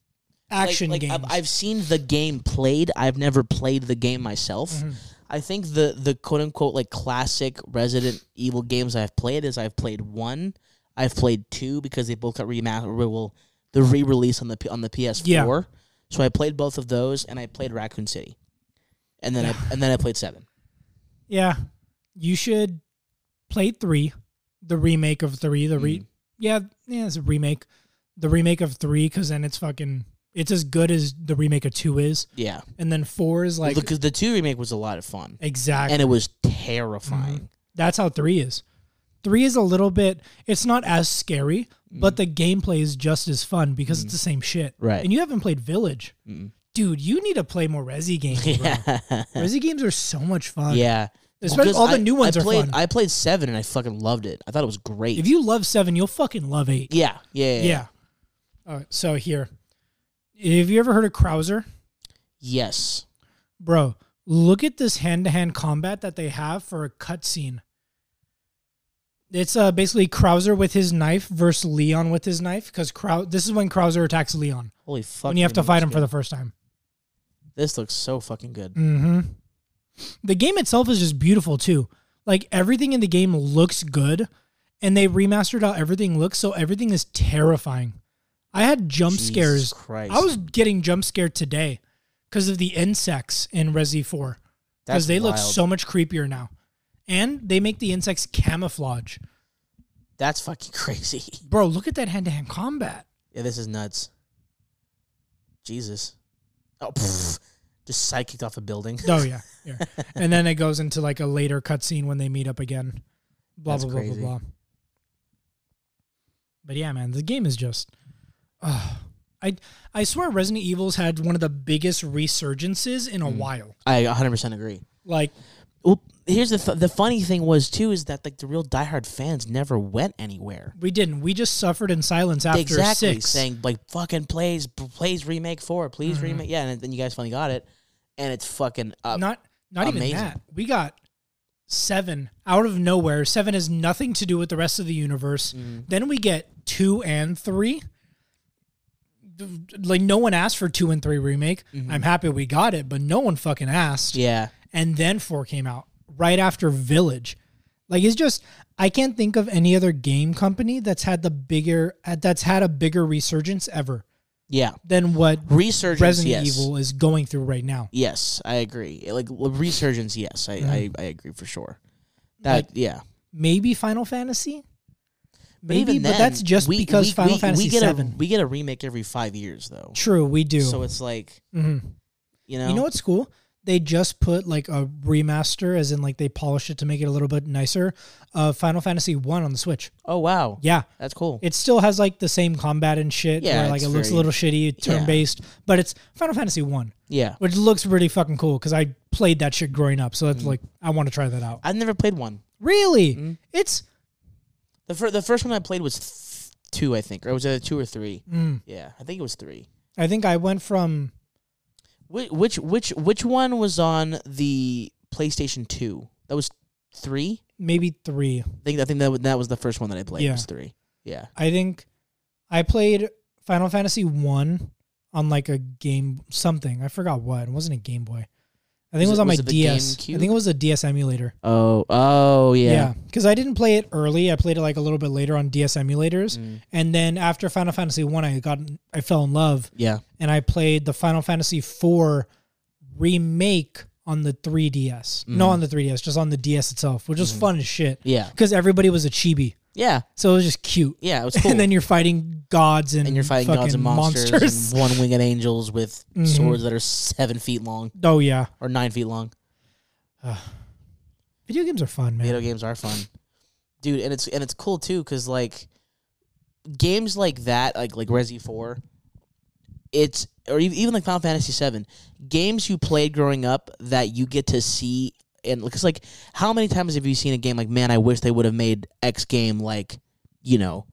Speaker 2: action
Speaker 1: like, like,
Speaker 2: games.
Speaker 1: I've, I've seen the game played. I've never played the game myself.
Speaker 2: Mm-hmm.
Speaker 1: I think the the quote unquote like classic Resident Evil games I've played is I've played one, I've played two because they both got remastered. or Well, the re release on the P- on the PS4. So I played both of those, and I played Raccoon City, and
Speaker 2: *sighs*
Speaker 1: then I and then I played seven.
Speaker 2: yeah, you should play three, the remake of three. The
Speaker 1: Hmm.
Speaker 2: re yeah yeah it's a remake, the remake of three because then it's fucking it's as good as the remake of two is,
Speaker 1: Yeah,
Speaker 2: and then four is like
Speaker 1: because the two remake was a lot of fun,
Speaker 2: exactly
Speaker 1: and it was terrifying.
Speaker 2: That's how three is. Three is a little bit. It's not as scary, but the gameplay is just as fun because it's the same shit.
Speaker 1: Mm. Right.
Speaker 2: And you haven't played Village, dude. You need to play more Resi games. bro.
Speaker 1: *laughs* Yeah,
Speaker 2: Resi games are so much
Speaker 1: *laughs*
Speaker 2: fun.
Speaker 1: yeah.
Speaker 2: Especially
Speaker 1: Because
Speaker 2: all the
Speaker 1: I-
Speaker 2: new ones
Speaker 1: I
Speaker 2: are
Speaker 1: played,
Speaker 2: fun.
Speaker 1: I played seven, and I fucking loved it. I thought it was great.
Speaker 2: If you love seven, you'll fucking love eight.
Speaker 1: Yeah, yeah, yeah.
Speaker 2: Yeah. All right. So here, have you ever heard of Krauser,
Speaker 1: Yes.
Speaker 2: bro? Look at this hand-to-hand combat that they have for a cutscene. It's uh, basically Krauser with his knife versus Leon with his knife because Krau- this is when Krauser attacks Leon.
Speaker 1: Holy fuck.
Speaker 2: when you have to
Speaker 1: this
Speaker 2: fight him for
Speaker 1: game-
Speaker 2: the first time.
Speaker 1: This looks so fucking good.
Speaker 2: Mm-hmm. The game itself is just beautiful too. Like everything in the game looks good, and they remastered how everything looks, so everything is terrifying. I had jump
Speaker 1: Jesus
Speaker 2: scares.
Speaker 1: Christ.
Speaker 2: I was getting jump scared today because of the insects in Resi Four.
Speaker 1: That's
Speaker 2: Because they look
Speaker 1: wild.
Speaker 2: so much creepier now, and they make the insects camouflage.
Speaker 1: That's fucking *laughs* crazy.
Speaker 2: Bro, look at that hand-to-hand combat.
Speaker 1: Yeah, this is nuts. Jesus. Oh, pff, just psychicked off a building.
Speaker 2: Oh yeah, yeah.
Speaker 1: *laughs*
Speaker 2: and then it goes into like a later cutscene when they meet up again. Blah
Speaker 1: That's
Speaker 2: blah blah
Speaker 1: crazy.
Speaker 2: blah blah. But yeah, man, the game is just. ah. I I swear, Resident Evil's had one of the biggest resurgences in a
Speaker 1: Mm.
Speaker 2: while.
Speaker 1: I 100% agree.
Speaker 2: Like,
Speaker 1: Well, here's the th- the funny thing was too is that like the real diehard fans never went anywhere.
Speaker 2: we didn't. We just suffered in silence after
Speaker 1: exactly
Speaker 2: six.
Speaker 1: saying like fucking plays plays remake 4, please
Speaker 2: Mm-hmm.
Speaker 1: remake. Yeah, and then you guys finally got it and it's fucking up.
Speaker 2: not not
Speaker 1: Uh, Amazing.
Speaker 2: even that. We got seven out of nowhere. Seven has nothing to do with the rest of the universe.
Speaker 1: Mm.
Speaker 2: Then we get two and three. D- Like no one asked for two and three remake. I'm happy we got it, but no one fucking asked.
Speaker 1: Mm-hmm. yeah.
Speaker 2: And then four came out right after Village. Like it's just I can't think of any other game company that's had the bigger uh, that's had a bigger resurgence ever
Speaker 1: Yeah.
Speaker 2: than what
Speaker 1: Resurgence
Speaker 2: Resident
Speaker 1: yes.
Speaker 2: Evil is going through right now.
Speaker 1: Yes, I agree. Like l- resurgence, yes, I, I, I agree for sure. That
Speaker 2: Mm-hmm. Like,
Speaker 1: yeah,
Speaker 2: maybe Final Fantasy.
Speaker 1: But
Speaker 2: Maybe,
Speaker 1: even
Speaker 2: but
Speaker 1: then,
Speaker 2: that's just
Speaker 1: we-
Speaker 2: because
Speaker 1: we-
Speaker 2: Final
Speaker 1: we-
Speaker 2: Fantasy
Speaker 1: we get
Speaker 2: Seven.
Speaker 1: A, we get a remake every five years though,
Speaker 2: True, we do.
Speaker 1: so it's like
Speaker 2: Mhm.
Speaker 1: you know,
Speaker 2: You know what's cool? They just put like a remaster, as in like they polished it to make it a little bit nicer. Of Final Fantasy One on the Switch.
Speaker 1: oh wow,
Speaker 2: Yeah,
Speaker 1: that's cool.
Speaker 2: it still has like the same combat and shit.
Speaker 1: Yeah,
Speaker 2: where, like it
Speaker 1: it's
Speaker 2: looks a
Speaker 1: very-
Speaker 2: little shitty, turn based, but it's Final Fantasy One,
Speaker 1: yeah,
Speaker 2: which looks really fucking cool because I played that shit growing up. So
Speaker 1: Mm.
Speaker 2: that's like I want to try that out.
Speaker 1: I've never played one.
Speaker 2: Really?
Speaker 1: Mm.
Speaker 2: It's
Speaker 1: The fir- the first one I played was th- two, I think, or was it two or three?
Speaker 2: Mm.
Speaker 1: Yeah, I think it was three.
Speaker 2: I think I went from
Speaker 1: Which which which which one was on the PlayStation Two? That was three.
Speaker 2: maybe three.
Speaker 1: I think I think that was, that was the first one that I played.
Speaker 2: Yeah.
Speaker 1: Was three. Yeah.
Speaker 2: I think I played Final Fantasy one on like a game something. I forgot what. It wasn't a Game Boy. I think
Speaker 1: Was
Speaker 2: it was
Speaker 1: it-
Speaker 2: on
Speaker 1: was
Speaker 2: my
Speaker 1: it the
Speaker 2: DS.
Speaker 1: GameCube?
Speaker 2: I think it was a DS emulator.
Speaker 1: Oh oh yeah.
Speaker 2: because I didn't play it early. I played it like a little bit later on DS emulators,
Speaker 1: Mm.
Speaker 2: and then after Final Fantasy one, I got I fell in love
Speaker 1: yeah.
Speaker 2: and I played the Final Fantasy four remake on the 3DS. No,
Speaker 1: Mm.
Speaker 2: on the 3DS, just on the DS itself, which was fun as shit.
Speaker 1: Yeah.
Speaker 2: Because everybody was a chibi.
Speaker 1: Yeah.
Speaker 2: So it was just cute.
Speaker 1: Yeah, it was cool.
Speaker 2: *laughs* And then you're fighting gods and,
Speaker 1: and you're fighting gods and
Speaker 2: fucking Mm-hmm.
Speaker 1: monsters, and one winged angels
Speaker 2: *laughs*
Speaker 1: with swords that are seven feet long
Speaker 2: oh yeah.
Speaker 1: or nine feet long.
Speaker 2: Video games are fun, man.
Speaker 1: Video games are fun, dude, and it's and it's cool too because like games like that, like like Resi Four, it's or e- even like Final Fantasy Seven, games you played growing up that you get to see and because like how many times have you seen a game like man I wish they would have made X game like you know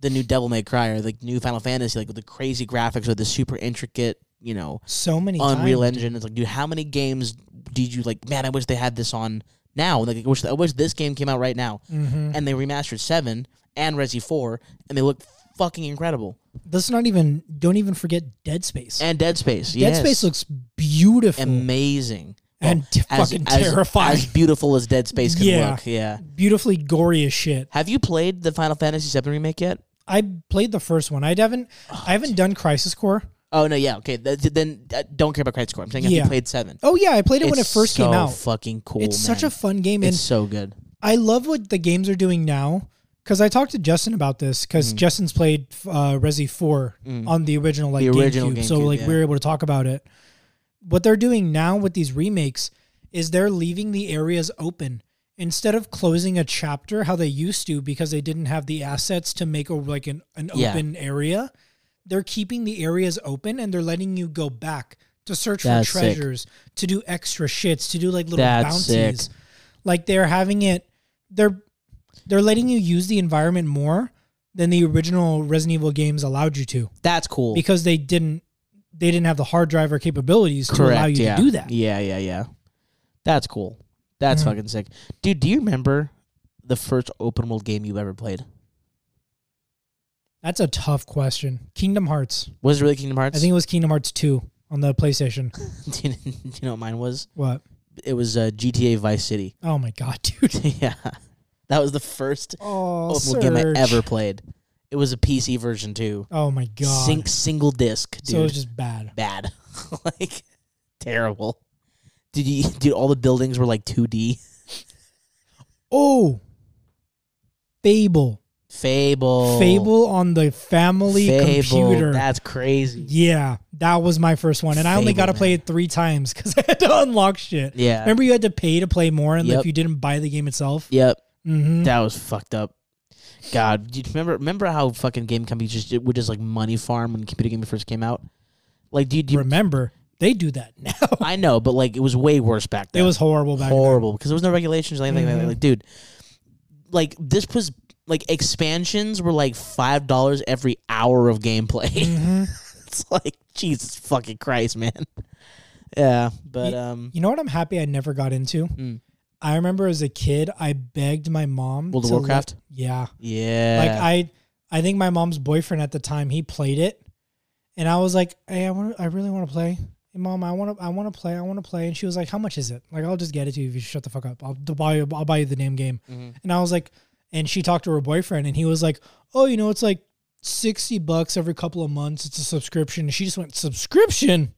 Speaker 1: the new Devil May Cry or the new Final Fantasy like with the crazy graphics or the super intricate you know
Speaker 2: so many
Speaker 1: Unreal
Speaker 2: times.
Speaker 1: Engine. It's like, dude, how many games did you like? Man, I wish they had this on now. Like, I wish I wish this game came out right now.
Speaker 2: Mm-hmm.
Speaker 1: And they remastered Seven and Resi Four, and they look fucking incredible.
Speaker 2: Let's not even don't even forget Dead Space.
Speaker 1: And Dead Space,
Speaker 2: Dead Space looks beautiful
Speaker 1: amazing
Speaker 2: and t-
Speaker 1: oh, As-
Speaker 2: fucking
Speaker 1: as,
Speaker 2: terrifying.
Speaker 1: As beautiful as Dead Space can
Speaker 2: Yeah.
Speaker 1: look. Yeah.
Speaker 2: Beautifully gory as shit.
Speaker 1: Have you played the Final Fantasy Seven remake yet?
Speaker 2: I played the first one. I haven't I haven't done Crisis Core.
Speaker 1: Oh no, yeah, okay. Th- th- then uh, don't care about credit score. I'm saying have
Speaker 2: Yeah.
Speaker 1: you played Seven?
Speaker 2: Oh yeah, I played it when it
Speaker 1: It's
Speaker 2: first
Speaker 1: so
Speaker 2: came out.
Speaker 1: Fucking cool.
Speaker 2: it's such a
Speaker 1: man.
Speaker 2: fun game and
Speaker 1: It's so good.
Speaker 2: I love what the games are doing now because I talked to Justin about this because
Speaker 1: Mm.
Speaker 2: Justin's played uh, Resi Four on the original like
Speaker 1: The original
Speaker 2: GameCube, so
Speaker 1: GameCube,
Speaker 2: like
Speaker 1: yeah.
Speaker 2: we were able to talk about it. What they're doing now with these remakes is they're leaving the areas open instead of closing a chapter how they used to because they didn't have the assets to make a, like an, an
Speaker 1: Yeah.
Speaker 2: open area. They're keeping the areas open and they're letting you go back to search
Speaker 1: That's
Speaker 2: for
Speaker 1: sick.
Speaker 2: treasures, to do extra shits, to do like little
Speaker 1: That's
Speaker 2: bounties.
Speaker 1: sick.
Speaker 2: Like they're having it they're they're letting you use the environment more than the original Resident Evil games allowed you to
Speaker 1: That's cool.
Speaker 2: because they didn't they didn't have the hard drive or capabilities to allow you
Speaker 1: yeah.
Speaker 2: to do that.
Speaker 1: Yeah, yeah, yeah. That's cool. That's fucking sick. Dude, do you remember the first open world game you ever played?
Speaker 2: That's a tough question. Kingdom Hearts.
Speaker 1: Was it really Kingdom Hearts?
Speaker 2: I think it was Kingdom Hearts 2 on the PlayStation.
Speaker 1: *laughs* do, you, do you know what mine was?
Speaker 2: What?
Speaker 1: It was uh, GTA Vice City. *laughs*
Speaker 2: Oh my god, *laughs* dude.
Speaker 1: yeah. That was the first
Speaker 2: Oh,
Speaker 1: open world game I ever played. It was a PC version too.
Speaker 2: Oh my god.
Speaker 1: Sing, single disc, dude.
Speaker 2: so it was just bad.
Speaker 1: Bad. *laughs* like terrible. Did you *laughs* dude all the buildings were like 2D?
Speaker 2: Oh. Fable.
Speaker 1: Fable.
Speaker 2: Fable on the family
Speaker 1: Fable.
Speaker 2: computer.
Speaker 1: That's crazy.
Speaker 2: Yeah, that was my first one, and I only
Speaker 1: Fable,
Speaker 2: got to play
Speaker 1: man.
Speaker 2: it three times *laughs* because I had to unlock shit.
Speaker 1: Yeah.
Speaker 2: Remember, you had to pay to play more, and like,
Speaker 1: Yep.
Speaker 2: if you didn't buy the game itself,
Speaker 1: Yep. *laughs*
Speaker 2: Mhm.
Speaker 1: That was fucked up. God, do you remember remember how fucking game companies just did- would just like money farm when computer gaming first came out? Like, do you, do
Speaker 2: *laughs*
Speaker 1: you-
Speaker 2: remember they do that *laughs* now.
Speaker 1: I know, but like it was way worse back
Speaker 2: it
Speaker 1: then.
Speaker 2: was horrible back
Speaker 1: horrible because there was no regulations or anything like
Speaker 2: Mhm.
Speaker 1: that. Like, dude, like this was like expansions were like five dollars every hour of gameplay. *laughs*
Speaker 2: then. Mhm.
Speaker 1: it's like Jesus fucking Christ, man. Yeah, but um,
Speaker 2: You know what? I'm happy I never got into.
Speaker 1: Mm.
Speaker 2: I remember as a kid, I begged my mom.
Speaker 1: World of
Speaker 2: to let-
Speaker 1: Warcraft?
Speaker 2: yeah,
Speaker 1: yeah,
Speaker 2: like I, I think my mom's boyfriend at the time he played it, and I was like, "Hey, I want, I really want to play." Hey, Mom, I want to, I want to play, I want to play, and she was like, "How much is it?" Like, I'll just get it to you if you shut the fuck up. I'll buy you, I'll buy you the damn game.
Speaker 1: Mhm.
Speaker 2: And I was like, and she talked to her boyfriend, and he was like, "Oh, you know, it's like sixty bucks every couple of months. It's a subscription." And she just went, "Subscription."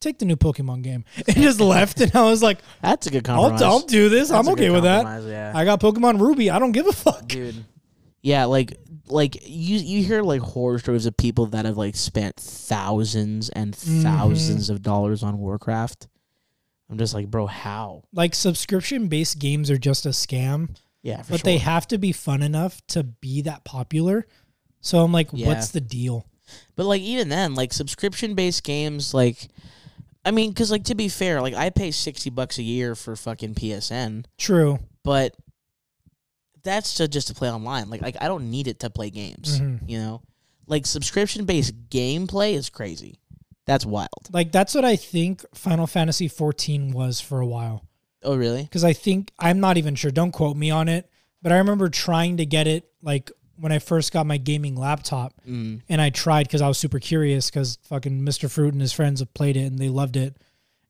Speaker 2: Take the new Pokemon game *laughs* and just left. And I was like,
Speaker 1: that's a good
Speaker 2: I'll,
Speaker 1: compromise.
Speaker 2: I'll do this.
Speaker 1: That's
Speaker 2: I'm
Speaker 1: a
Speaker 2: okay
Speaker 1: good
Speaker 2: with that.
Speaker 1: compromise, Yeah.
Speaker 2: I got Pokemon Ruby. I don't give a fuck.
Speaker 1: dude. Yeah, like like you you hear like horror stories of people that have like spent thousands and
Speaker 2: Mm-hmm.
Speaker 1: 1000s of dollars on Warcraft. I'm just like, bro, how?
Speaker 2: like subscription based games are just a scam,
Speaker 1: Yeah, for
Speaker 2: but
Speaker 1: sure.
Speaker 2: they have to be fun enough to be that popular. So I'm like,
Speaker 1: Yeah.
Speaker 2: what's the deal?
Speaker 1: but like even then, like subscription based games, like I mean, because like to be fair, like I pay sixty bucks a year for fucking PSN,
Speaker 2: True.
Speaker 1: but that's to, just to play online. Like like I don't need it to play games,
Speaker 2: Mhm.
Speaker 1: you know. Like subscription based gameplay is crazy. That's wild.
Speaker 2: Like that's what I think Final Fantasy 14 was for a while.
Speaker 1: Oh really?
Speaker 2: Because I think I'm not even sure. Don't quote me on it, but I remember trying to get it like when I first got my gaming laptop,
Speaker 1: Mm.
Speaker 2: and I tried because I was super curious because fucking Mr. Fruit and his friends have played it and they loved it,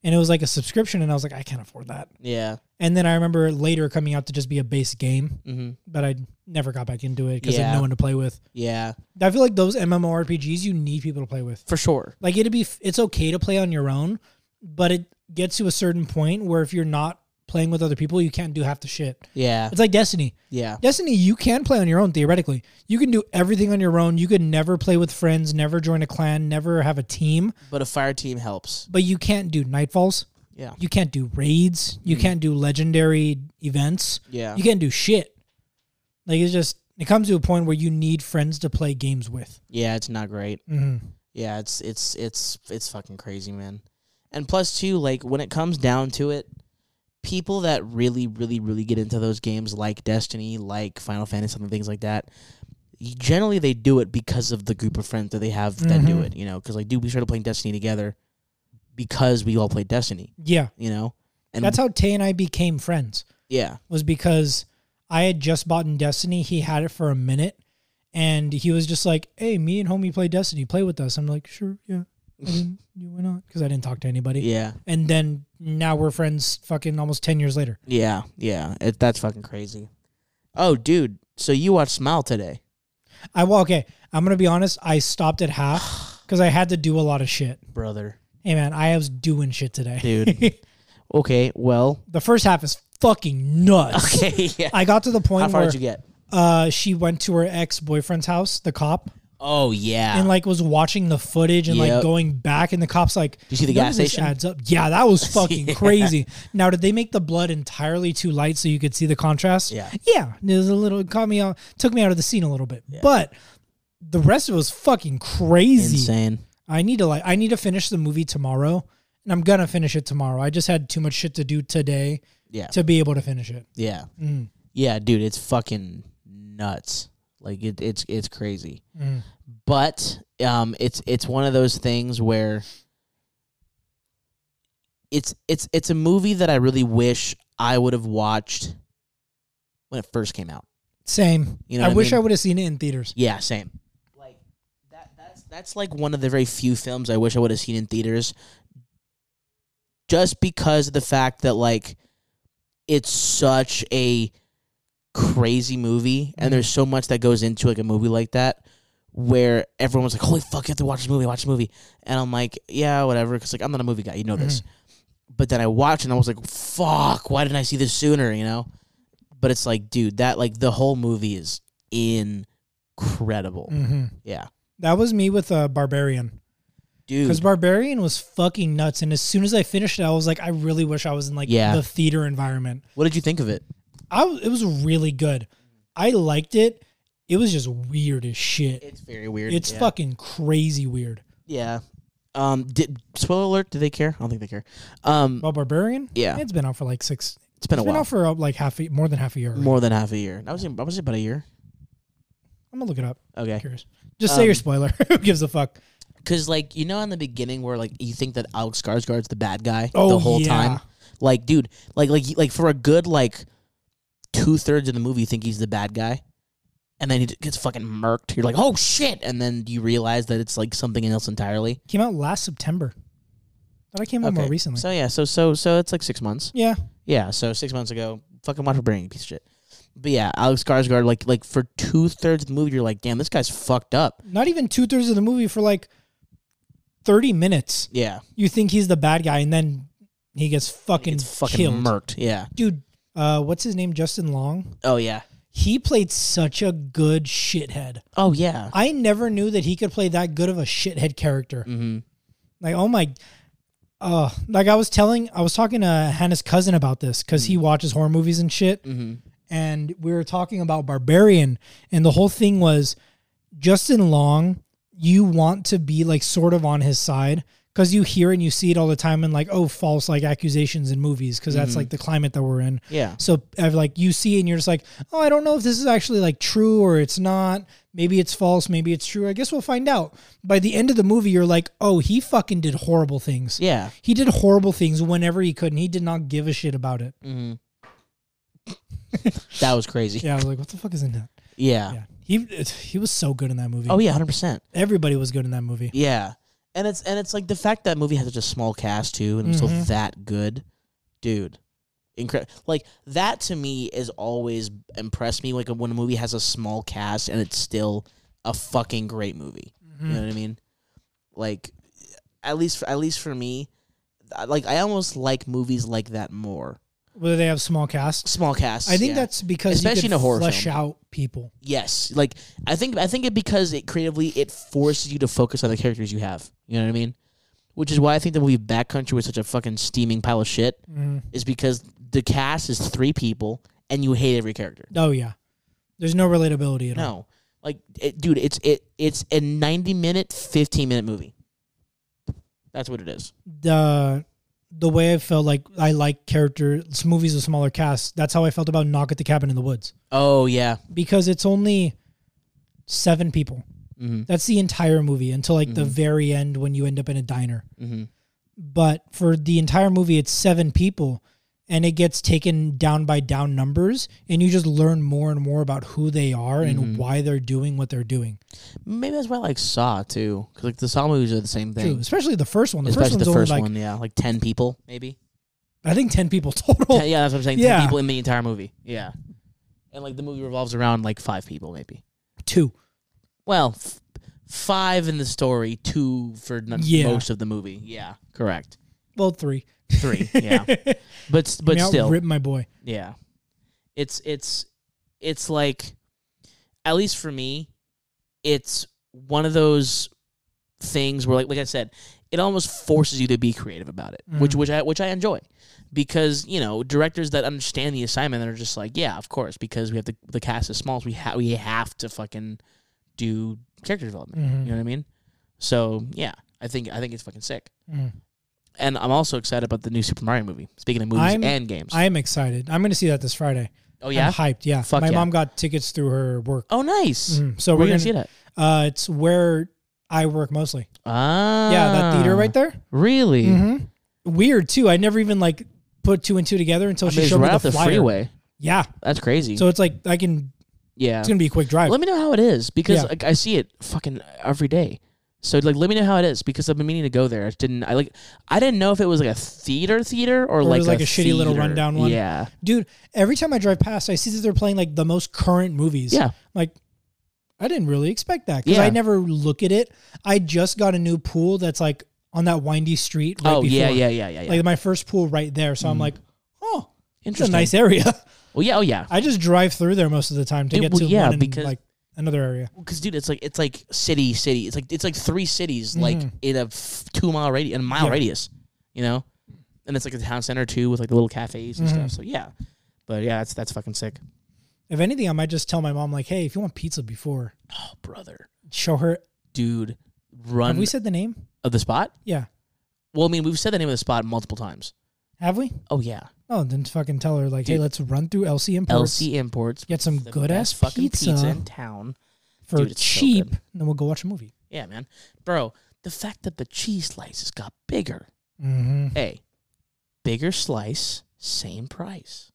Speaker 2: and it was like a subscription, and I was like, I can't afford that.
Speaker 1: Yeah.
Speaker 2: And then I remember later coming out to just be a base game,
Speaker 1: Mm-hmm.
Speaker 2: but I never got back into it because I had
Speaker 1: Yeah.
Speaker 2: no one to play with.
Speaker 1: Yeah,
Speaker 2: I feel like those MMORPGs you need people to play with.
Speaker 1: for sure.
Speaker 2: Like it'd be f- it's okay to play on your own, but it gets to a certain point where if you're not playing with other people, you can't do half the shit.
Speaker 1: Yeah.
Speaker 2: It's like Destiny.
Speaker 1: Yeah.
Speaker 2: Destiny, you can play on your own theoretically. You can do everything on your own. You could never play with friends, never join a clan, never have a team,
Speaker 1: But a fire team helps.
Speaker 2: but you can't do nightfalls.
Speaker 1: Yeah.
Speaker 2: You can't do raids. You can't do legendary events.
Speaker 1: Yeah.
Speaker 2: You can't do shit. Like it's just it comes to a point where you need friends to play games with.
Speaker 1: Yeah, it's not great.
Speaker 2: Mm-hmm.
Speaker 1: Yeah, it's it's it's it's fucking crazy, man. And plus too, like when it comes down to it, people that really, really, really get into those games like Destiny, like Final Fantasy and things like that, y- generally they do it because of the group of friends that they have that do
Speaker 2: Mhm.
Speaker 1: it, you know, because like dude, we started playing Destiny together because we all played Destiny,
Speaker 2: Yeah,
Speaker 1: you know? And
Speaker 2: that's how Tay and I became friends.
Speaker 1: yeah.
Speaker 2: was because I had just bought in Destiny. He had it for a minute, and he was just like, "Hey, me and homie play Destiny. Play with us." I'm like, "Sure, yeah,
Speaker 1: *laughs*
Speaker 2: I mean, yeah, why not?" Because I didn't talk to anybody.
Speaker 1: Yeah.
Speaker 2: And then now we're friends. Fucking almost ten years later.
Speaker 1: Yeah. Yeah. It, that's fucking crazy. Oh, dude. So you watched Smile today.
Speaker 2: I well, okay. I'm gonna be honest. I stopped
Speaker 1: *sighs*
Speaker 2: at half because I had to do a lot of shit.
Speaker 1: Brother.
Speaker 2: Hey man, I was doing shit today,
Speaker 1: Dude. Okay, well.
Speaker 2: the first half is fucking nuts.
Speaker 1: Okay, *laughs* yeah.
Speaker 2: I got to the
Speaker 1: How
Speaker 2: point
Speaker 1: far
Speaker 2: where
Speaker 1: did you get?
Speaker 2: uh, she went to her ex boyfriend's house, the cop,
Speaker 1: Oh yeah.
Speaker 2: and like was watching the footage and
Speaker 1: Yep.
Speaker 2: like going back and the cops like
Speaker 1: you see the
Speaker 2: "None
Speaker 1: gas
Speaker 2: of this
Speaker 1: station?"
Speaker 2: adds up yeah
Speaker 1: *laughs*
Speaker 2: that was fucking
Speaker 1: Yeah.
Speaker 2: crazy now did they make the blood entirely too light so you could see the contrast
Speaker 1: Yeah.
Speaker 2: yeah it was a little it caught me out took me out of the scene a little bit but the rest of it was fucking crazy
Speaker 1: Insane.
Speaker 2: i need to like i need to finish the movie tomorrow and i'm gonna finish it tomorrow i just had too much shit to do today
Speaker 1: Yeah.
Speaker 2: to be able to finish it
Speaker 1: Yeah.
Speaker 2: Mm.
Speaker 1: Yeah, dude, it's fucking nuts. Like it, it's it's crazy.
Speaker 2: Mm.
Speaker 1: But um it's it's one of those things where it's it's it's a movie that I really wish I would have watched when it first came out.
Speaker 2: same
Speaker 1: You know
Speaker 2: i
Speaker 1: what I
Speaker 2: wish i
Speaker 1: mean?
Speaker 2: would have seen it in theaters
Speaker 1: Yeah, same. Like that that's that's like one of the very few films I wish I would have seen in theaters just because of the fact that like it's such a crazy movie and there's so much that goes into like a movie like that where everyone was like holy fuck you have to watch this movie watch this movie and I'm like yeah whatever cuz like I'm not a movie guy you know this
Speaker 2: Mm-hmm.
Speaker 1: but then I watched and I was like fuck why didn't I see this sooner you know but it's like dude that like the whole movie is incredible
Speaker 2: hmm
Speaker 1: yeah
Speaker 2: that was me with uh, barbarian Because
Speaker 1: dude
Speaker 2: Barbarian was fucking nuts. And as soon as I finished it, I was like, I really wish I was in like
Speaker 1: Yeah.
Speaker 2: the theater environment.
Speaker 1: what did you think of it
Speaker 2: I w- it was really good. I liked it. It was just weird as shit.
Speaker 1: it's very weird
Speaker 2: It's
Speaker 1: yeah.
Speaker 2: fucking crazy weird.
Speaker 1: yeah um did spoiler alert do they care I don't think they care um
Speaker 2: Well, Barbarian?
Speaker 1: Yeah.
Speaker 2: It's been out for like six.
Speaker 1: it's been a
Speaker 2: It's been
Speaker 1: while
Speaker 2: out for uh, like half a, more than half a year. already.
Speaker 1: More than half a year. I was in, I was in about a year.
Speaker 2: I'm gonna look it up.
Speaker 1: Okay.
Speaker 2: Curious. Just say your
Speaker 1: Um,
Speaker 2: spoiler. *laughs* Who gives a fuck?
Speaker 1: Because, like, you know, in the beginning where, like, you think that Alex Skarsgård's the bad guy
Speaker 2: Oh,
Speaker 1: the whole
Speaker 2: yeah.
Speaker 1: time? Like, dude, like, like, like for a good, like, two thirds of the movie, you think he's the bad guy. And then he d- gets fucking murked. You're like, oh, shit. And then you realize that it's, like, something else entirely.
Speaker 2: Came out last September. Thought I came out more recently.
Speaker 1: So, yeah. So, so, so it's, like, six months.
Speaker 2: yeah.
Speaker 1: Yeah, so six months ago, fucking watch Barbarian, you piece of shit. But yeah, Alex Skarsgård, like, like for two thirds of the movie, you're like, damn, this guy's fucked up.
Speaker 2: Not even two thirds of the movie for like 30 minutes.
Speaker 1: Yeah,
Speaker 2: you think he's the bad guy, and then he gets fucking,
Speaker 1: it's fucking
Speaker 2: killed.
Speaker 1: murked. Yeah.
Speaker 2: Dude, uh, what's his name? Justin Long.
Speaker 1: Oh yeah.
Speaker 2: He played such a good shithead.
Speaker 1: Oh yeah.
Speaker 2: I never knew that he could play that good of a shithead character.
Speaker 1: Mm-hmm.
Speaker 2: Like, oh my, uh, like I was telling, I was talking to Hannah's cousin about this because he watches horror movies and shit, and we were talking about Barbarian, and the whole thing was Justin Long. You want to be like sort of on his side because you hear and you see it all the time, and like, oh, false like accusations in movies because that's like the climate that we're in.
Speaker 1: Yeah.
Speaker 2: So I've, like you see it and you're just like, oh, I don't know if this is actually like true or it's not. Maybe it's false. Maybe it's true. I guess we'll find out. By the end of the movie, you're like, oh, he fucking did horrible things.
Speaker 1: Yeah.
Speaker 2: He did horrible things whenever he could, and he did not give a shit about it. Mm-hmm.
Speaker 1: That was crazy.
Speaker 2: *laughs*
Speaker 1: Yeah.
Speaker 2: Yeah, I was like, what the fuck is in that? Yeah, he he was so good in that movie.
Speaker 1: Oh yeah, hundred percent.
Speaker 2: Everybody was good in that movie.
Speaker 1: Yeah. And it's and it's like the fact that movie had such a small cast too, and it was still
Speaker 2: Mhm.
Speaker 1: that good, dude. Incredible. Like that to me is always impressed me. Like when a movie has a small cast and it's still a fucking
Speaker 2: Mm-hmm.
Speaker 1: great movie. You know what I mean? Like at least for, at least for me, like I almost like movies like that more.
Speaker 2: Whether they have small casts.
Speaker 1: Small casts.
Speaker 2: I think
Speaker 1: yeah.
Speaker 2: that's because
Speaker 1: Especially
Speaker 2: you
Speaker 1: in
Speaker 2: can
Speaker 1: a horror
Speaker 2: flesh
Speaker 1: film.
Speaker 2: out people.
Speaker 1: yes. Like I think I think it because it creatively it forces you to focus on the characters you have. You know what I mean? Which is why I think the movie Backcountry was such a fucking steaming pile of shit.
Speaker 2: Mhm.
Speaker 1: Is because the cast is three people and you hate every character.
Speaker 2: Oh yeah, there's no relatability at all.
Speaker 1: No, like, it, dude, it's it it's a ninety minute, fifteen minute movie. That's what it is.
Speaker 2: The the way I felt like I like character it's movies with smaller casts. That's how I felt about Knock at the Cabin in the Woods
Speaker 1: Oh yeah,
Speaker 2: because it's only seven people.
Speaker 1: hmm
Speaker 2: That's the entire movie until like
Speaker 1: Mm-hmm.
Speaker 2: the very end when you end up in a diner.
Speaker 1: hmm
Speaker 2: But for the entire movie, it's seven people. And it gets taken down by down numbers, and you just learn more and more about who they are
Speaker 1: Mm-hmm.
Speaker 2: and why they're doing what they're doing.
Speaker 1: Maybe that's why I like Saw too, because like the Saw movies are the same thing.
Speaker 2: True, especially the first one. The
Speaker 1: Especially
Speaker 2: first one's
Speaker 1: the first
Speaker 2: only like
Speaker 1: one, yeah, like ten people maybe.
Speaker 2: I think ten people *laughs* total.
Speaker 1: Ten- yeah, that's what I'm saying.
Speaker 2: Yeah.
Speaker 1: Ten people in the entire movie. Yeah, and like the movie revolves around like five people maybe.
Speaker 2: Two.
Speaker 1: Well, f- five in the story, two for n-
Speaker 2: Yeah.
Speaker 1: most of the movie. Yeah, correct.
Speaker 2: Well, three. *laughs*
Speaker 1: Three. Yeah, but s- but
Speaker 2: Meow,
Speaker 1: still,
Speaker 2: rip my boy.
Speaker 1: Yeah. It's it's it's like at least for me, it's one of those things where like like I said, it almost forces you to be creative about it,
Speaker 2: Mm.
Speaker 1: which which I which I enjoy. Because, you know, directors that understand the assignment are just like, yeah, of course, because we have the the cast is small, so we ha- we have to fucking do character development.
Speaker 2: Mm-hmm.
Speaker 1: You know what I mean? So, yeah, I think I think it's fucking sick.
Speaker 2: Mhm.
Speaker 1: And I'm also excited about the new Super Mario movie. Speaking of movies
Speaker 2: I'm-
Speaker 1: and games.
Speaker 2: I am excited. I'm going to see that this Friday.
Speaker 1: oh yeah.
Speaker 2: I'm hyped. Yeah,
Speaker 1: Fuck
Speaker 2: my
Speaker 1: yeah.
Speaker 2: mom got tickets through her work,
Speaker 1: Oh, nice.
Speaker 2: Mhm. so
Speaker 1: We're,
Speaker 2: we're
Speaker 1: gonna,
Speaker 2: going
Speaker 1: see
Speaker 2: to.
Speaker 1: that.
Speaker 2: Uh, it's where I work mostly.
Speaker 1: Ah,
Speaker 2: yeah, that theater right there.
Speaker 1: Really?
Speaker 2: Mm-hmm. Weird too. I never even like put two and two together until
Speaker 1: I
Speaker 2: she
Speaker 1: mean, it's
Speaker 2: showed
Speaker 1: right
Speaker 2: me
Speaker 1: off
Speaker 2: the,
Speaker 1: the
Speaker 2: flyer.
Speaker 1: freeway.
Speaker 2: Yeah,
Speaker 1: That's crazy.
Speaker 2: so it's like I can.
Speaker 1: yeah.
Speaker 2: It's going to be a quick drive.
Speaker 1: Let me know how it is because
Speaker 2: Yeah.
Speaker 1: like, I see it fucking every day. So like, let me know how it is because I've been meaning to go there. I didn't. I like. I didn't know if it was like a theater theater or,
Speaker 2: it
Speaker 1: like
Speaker 2: was, like, a shitty little
Speaker 1: theater.
Speaker 2: rundown one.
Speaker 1: Yeah.
Speaker 2: Dude, every time I drive past, I see that they're playing like the most current movies.
Speaker 1: Yeah.
Speaker 2: Like, I didn't really expect that because
Speaker 1: Yeah.
Speaker 2: I never look at it. I just got a new pool that's like on that windy street right
Speaker 1: oh
Speaker 2: before.
Speaker 1: yeah, yeah, yeah, yeah, yeah. Mm.
Speaker 2: Like my first pool right there. So I'm like, oh, it's a
Speaker 1: Interesting.
Speaker 2: nice area. *laughs*
Speaker 1: well, yeah. Oh yeah.
Speaker 2: I just drive through there most of the time to
Speaker 1: Dude,
Speaker 2: get
Speaker 1: well,
Speaker 2: to
Speaker 1: yeah,
Speaker 2: one and,
Speaker 1: because-
Speaker 2: like another area.
Speaker 1: Because dude, it's like it's like city, city. It's like it's like three cities like in a f- two mile radius, in a mile
Speaker 2: Mm-hmm. Yeah.
Speaker 1: radius. You know, and it's like a town center too with like the little cafes and
Speaker 2: Mm-hmm.
Speaker 1: stuff. So yeah, but yeah, that's that's fucking sick.
Speaker 2: If anything, I might just tell my mom, like, hey, if you want pizza before,
Speaker 1: Oh brother,
Speaker 2: show her.
Speaker 1: dude,
Speaker 2: Have
Speaker 1: run
Speaker 2: we said the name?
Speaker 1: of the spot.
Speaker 2: Yeah.
Speaker 1: Well, I mean, we've said the name of the spot multiple times.
Speaker 2: Have we?
Speaker 1: Oh yeah,
Speaker 2: Oh, then fucking tell her, like, hey,
Speaker 1: Dude.
Speaker 2: let's run through LC Imports.
Speaker 1: LC Imports.
Speaker 2: Get some
Speaker 1: the
Speaker 2: good ass
Speaker 1: best
Speaker 2: fucking pizza,
Speaker 1: in town.
Speaker 2: for
Speaker 1: Dude, it's so
Speaker 2: cheap,
Speaker 1: good.
Speaker 2: and then we'll go watch a movie.
Speaker 1: Yeah, man, bro. The fact that the cheese slices got bigger.
Speaker 2: Mm-hmm.
Speaker 1: Hey, bigger slice, same price.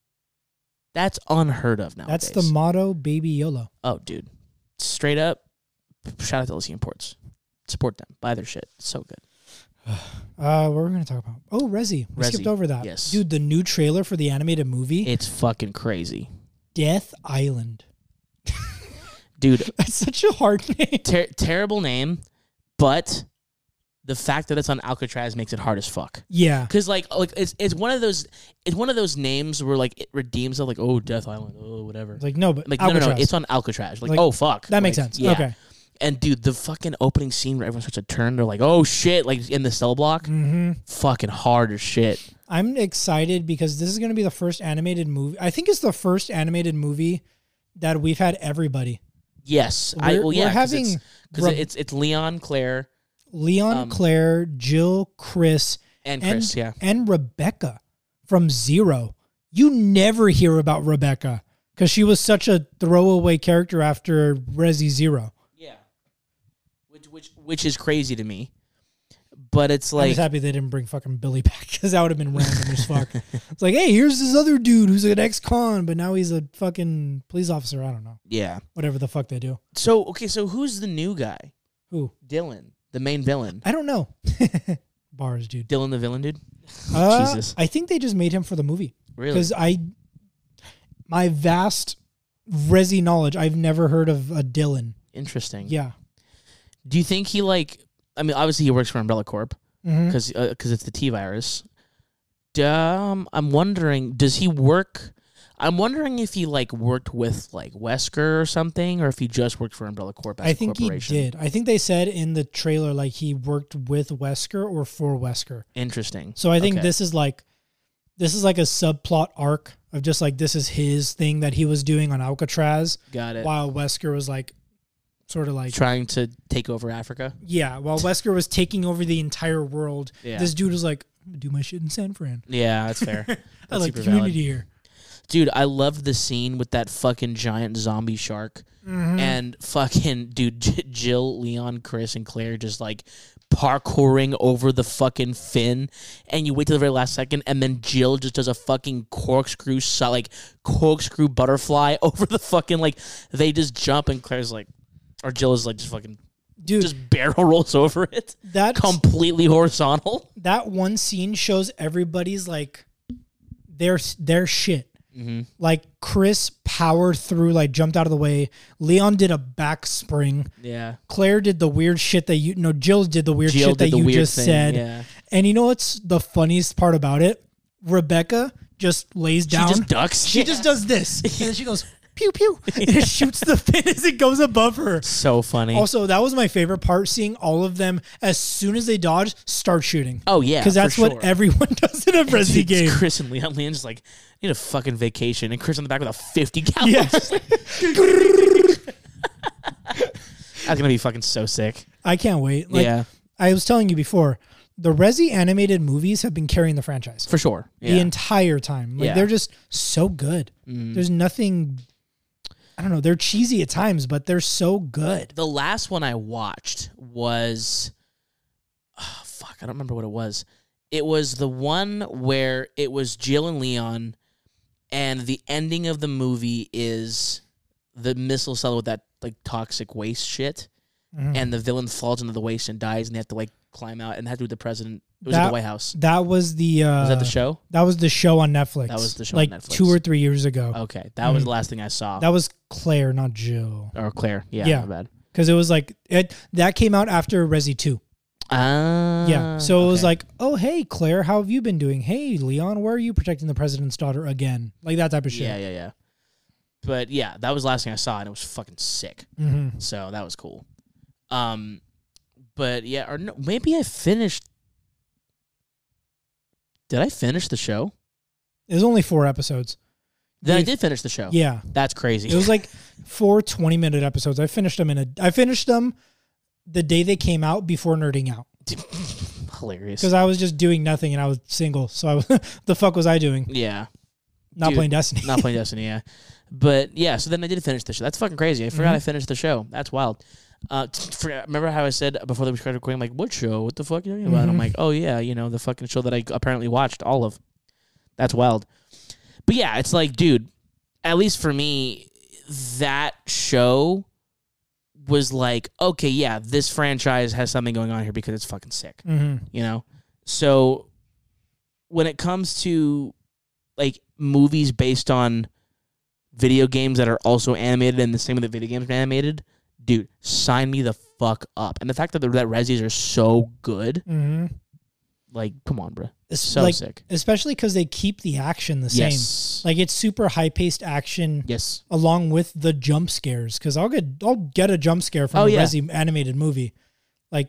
Speaker 1: That's unheard of nowadays.
Speaker 2: That's the motto, baby YOLO.
Speaker 1: oh, dude, straight up. Shout out to LC Imports. Support them. Buy their shit. It's so good.
Speaker 2: Uh, what were we going to talk about? Oh, Resi. We
Speaker 1: Resi,
Speaker 2: skipped over that.
Speaker 1: yes.
Speaker 2: Dude, the new trailer for the animated movie,
Speaker 1: It's fucking crazy,
Speaker 2: Death Island.
Speaker 1: dude.
Speaker 2: *laughs* That's such a hard name.
Speaker 1: Ter- terrible name, but the fact that it's on Alcatraz makes it hard as fuck.
Speaker 2: Yeah.
Speaker 1: Cause like like it's it's one of those it's one of those names where like it redeems of like oh Death Island oh whatever
Speaker 2: It's like, no, but
Speaker 1: like no no
Speaker 2: Alcatraz.
Speaker 1: no it's on Alcatraz like,
Speaker 2: Like,
Speaker 1: oh fuck
Speaker 2: that makes
Speaker 1: Like,
Speaker 2: sense.
Speaker 1: yeah.
Speaker 2: Okay.
Speaker 1: And dude, the fucking opening scene where everyone starts to turn, they're like, "Oh shit!" Like in the cell block,
Speaker 2: hmm
Speaker 1: fucking hard as shit.
Speaker 2: I'm excited because this is going to be the first animated movie. I think it's the first animated movie that we've had everybody.
Speaker 1: Yes, I
Speaker 2: We're-
Speaker 1: well yeah,
Speaker 2: we're
Speaker 1: because
Speaker 2: having
Speaker 1: it's, 'cause
Speaker 2: Rob-
Speaker 1: it's it's Leon, Claire,
Speaker 2: Leon,
Speaker 1: Um,
Speaker 2: Claire, Jill, Chris,
Speaker 1: and
Speaker 2: and
Speaker 1: Chris. yeah,
Speaker 2: and Rebecca from Zero. You never hear about Rebecca because she was such a throwaway character after Resi Zero.
Speaker 1: yeah, which which which is crazy to me, but it's
Speaker 2: I'm
Speaker 1: like
Speaker 2: just happy they didn't bring fucking Billy *laughs* back because that would have been random as fuck. It's like, hey, here's this other dude who's an ex-con, but now he's a fucking police officer. I don't know,
Speaker 1: yeah.
Speaker 2: whatever the fuck they do.
Speaker 1: So okay, so who's the new guy?
Speaker 2: Who?
Speaker 1: Dylan, the main villain.
Speaker 2: I don't know. *laughs*
Speaker 1: *laughs*
Speaker 2: Bars, dude.
Speaker 1: Dylan the villain, dude.
Speaker 2: Uh,
Speaker 1: Jesus.
Speaker 2: I think they just made him for the movie
Speaker 1: Really?
Speaker 2: because I, my vast Resi knowledge, I've never heard of a Dylan.
Speaker 1: Interesting.
Speaker 2: Yeah.
Speaker 1: Do you think he like? I mean, obviously he works for Umbrella Corp,
Speaker 2: Mhm.
Speaker 1: because uh, it's the T virus. Um, I'm wondering, does he work? I'm wondering if he like worked with like Wesker or something, or if he just worked for Umbrella Corp. As
Speaker 2: I
Speaker 1: a
Speaker 2: think he
Speaker 1: corporation.
Speaker 2: did. I think they said in the trailer like he worked with Wesker or for Wesker.
Speaker 1: Interesting.
Speaker 2: So I think
Speaker 1: Okay.
Speaker 2: this is like this is like a subplot arc of just like this is his thing that he was doing on Alcatraz
Speaker 1: got it.
Speaker 2: while Wesker was like sort of like
Speaker 1: Trying to take over Africa.
Speaker 2: yeah, while Wesker was taking over the entire world.
Speaker 1: Yeah.
Speaker 2: This dude was like "I'm gonna do my shit in San Fran.
Speaker 1: yeah, that's fair.
Speaker 2: *laughs* I
Speaker 1: That's
Speaker 2: like the
Speaker 1: super valid.
Speaker 2: community here.
Speaker 1: Dude, I love the scene with that fucking giant zombie shark Mm-hmm.
Speaker 2: Mm.
Speaker 1: and fucking dude J- Jill, Leon, Chris, and Claire just like parkouring over the fucking fin, and you wait till the very last second, and then Jill just does a fucking corkscrew so like corkscrew butterfly *laughs* over the fucking like they just jump, and Claire's like, or Jill is like just fucking
Speaker 2: Dude,
Speaker 1: just
Speaker 2: *laughs*
Speaker 1: barrel rolls over it,
Speaker 2: that
Speaker 1: completely horizontal.
Speaker 2: that one scene shows everybody's like their their shit.
Speaker 1: Mm-hmm.
Speaker 2: Like Chris powered through, like jumped out of the way. Leon did a back spring.
Speaker 1: Yeah,
Speaker 2: Claire did the weird shit that you no Jill did the weird shit that you just said.
Speaker 1: Yeah,
Speaker 2: And you know what's the funniest part about it? Rebecca just lays down.
Speaker 1: she just ducks.
Speaker 2: She just
Speaker 1: *laughs*
Speaker 2: does this, and then she goes pew pew, and it shoots the *laughs* pin as it goes above her.
Speaker 1: so funny.
Speaker 2: Also, that was my favorite part: seeing all of them as soon as they dodge, start shooting.
Speaker 1: oh yeah,
Speaker 2: because that's
Speaker 1: for
Speaker 2: what
Speaker 1: sure.
Speaker 2: everyone *laughs* does in a Resi
Speaker 1: Dude, *laughs* it's
Speaker 2: *laughs* game.
Speaker 1: Chris and Leon. Leon's just like, I need a fucking vacation. And Chris on the back with a 50 cal.
Speaker 2: Yeah.
Speaker 1: That's going to be fucking so sick.
Speaker 2: I can't wait. Like,
Speaker 1: yeah,
Speaker 2: I was telling you before, the Resi animated movies have been carrying the franchise
Speaker 1: for sure. Yeah.
Speaker 2: the entire time. Like
Speaker 1: Yeah. Mm.
Speaker 2: they're just so good. There's nothing. I don't know. They're cheesy at times, but they're so good.
Speaker 1: the last one I watched was, oh, fuck, I don't remember what it was. It was the one where it was Jill and Leon, and the ending of the movie is the missile cell with that like toxic waste shit,
Speaker 2: Mhm.
Speaker 1: and the villain falls into the waste and dies, and they have to like climb out and had to do with the president. It was at
Speaker 2: That-
Speaker 1: the White House.
Speaker 2: That was the. Uh,
Speaker 1: Was that the show?
Speaker 2: that was the show on Netflix.
Speaker 1: That was the show on
Speaker 2: like
Speaker 1: Netflix. Oh.
Speaker 2: two or three years ago.
Speaker 1: Okay, that was the last thing I saw.
Speaker 2: Mm. That was Claire, not Jill,
Speaker 1: or Claire, yeah,
Speaker 2: Yeah.
Speaker 1: my bad.
Speaker 2: because it was like it that came out after Resi Two.
Speaker 1: Ah,
Speaker 2: Yeah. So it was
Speaker 1: okay.
Speaker 2: like, oh, hey, Claire, how have you been doing? Hey, Leon, where are you protecting the president's daughter again? Like that type of shit.
Speaker 1: yeah, yeah, yeah. But yeah, that was the last thing I saw, and it was fucking sick.
Speaker 2: hmm
Speaker 1: So that was cool. Um, but yeah, or no, maybe I finished. Did I finish the show?
Speaker 2: It was only four episodes.
Speaker 1: Then I
Speaker 2: Yeah.
Speaker 1: did finish the show.
Speaker 2: Yeah.
Speaker 1: that's crazy.
Speaker 2: It was like four 20 minute episodes. I finished them in a, I finished them the day they came out before nerding out
Speaker 1: *laughs* hilarious.
Speaker 2: because I was just doing nothing and I was single. So I *laughs* was, the fuck was I doing?
Speaker 1: Yeah,
Speaker 2: Not
Speaker 1: Dude.
Speaker 2: playing Destiny. *laughs*
Speaker 1: not playing Destiny. Yeah, but yeah. So then I did finish the show. That's fucking crazy. I forgot I finished the show. That's wild. Uh, t- forgot- remember how I said before that we started recording, like, what show? What the fuck are you talking about? I'm
Speaker 2: Mhm.
Speaker 1: like, oh yeah, you know the fucking show that I apparently watched all of. That's wild. But yeah, it's like, dude. At least for me, that show was like, okay, yeah, this franchise has something going on here because it's fucking sick
Speaker 2: hmm
Speaker 1: you know so when it comes to like movies based on video games that are also animated and the same way that video games are animated dude sign me the fuck up and the fact that the that resis are so good
Speaker 2: hmm
Speaker 1: like come on bro
Speaker 2: It's
Speaker 1: so
Speaker 2: like,
Speaker 1: sick
Speaker 2: especially because they keep the action the same.
Speaker 1: yes
Speaker 2: Like it's super high paced action.
Speaker 1: yes
Speaker 2: along with the jump scares because I'll get I'll get a jump scare from
Speaker 1: Oh,
Speaker 2: a
Speaker 1: yeah.
Speaker 2: Resi animated movie. Like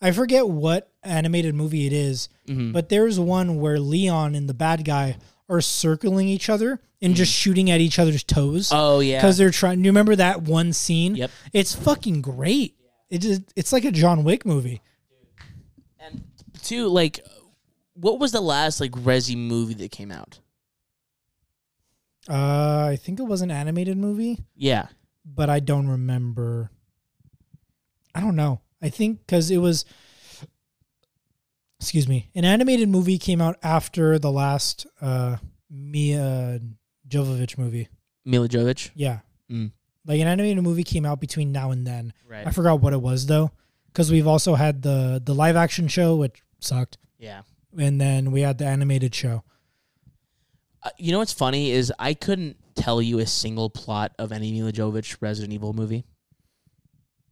Speaker 2: I forget what animated movie it is,
Speaker 1: Mhm.
Speaker 2: but there's one where Leon and the bad guy are circling each other and just shooting at each other's toes
Speaker 1: Mm. oh yeah
Speaker 2: because they're trying. You remember that one scene?
Speaker 1: Yep.
Speaker 2: It's fucking great. It just, it's like a John Wick movie.
Speaker 1: and two like what was the last like resi movie that came out
Speaker 2: Uh, I think it was an animated movie,
Speaker 1: yeah
Speaker 2: but I don't remember. I don't know. I think because it was, excuse me, an animated movie came out after the last uh, Mia Jovovich movie.
Speaker 1: mila jovovich
Speaker 2: Yeah.
Speaker 1: Mm.
Speaker 2: Like an animated movie came out between now and then.
Speaker 1: right
Speaker 2: I forgot what it was though, because we've also had the the live action show, which sucked,
Speaker 1: yeah
Speaker 2: and then we had the animated show.
Speaker 1: Uh, you know what's funny is I couldn't tell you a single plot of any Mila Jovovich Resident Evil movie.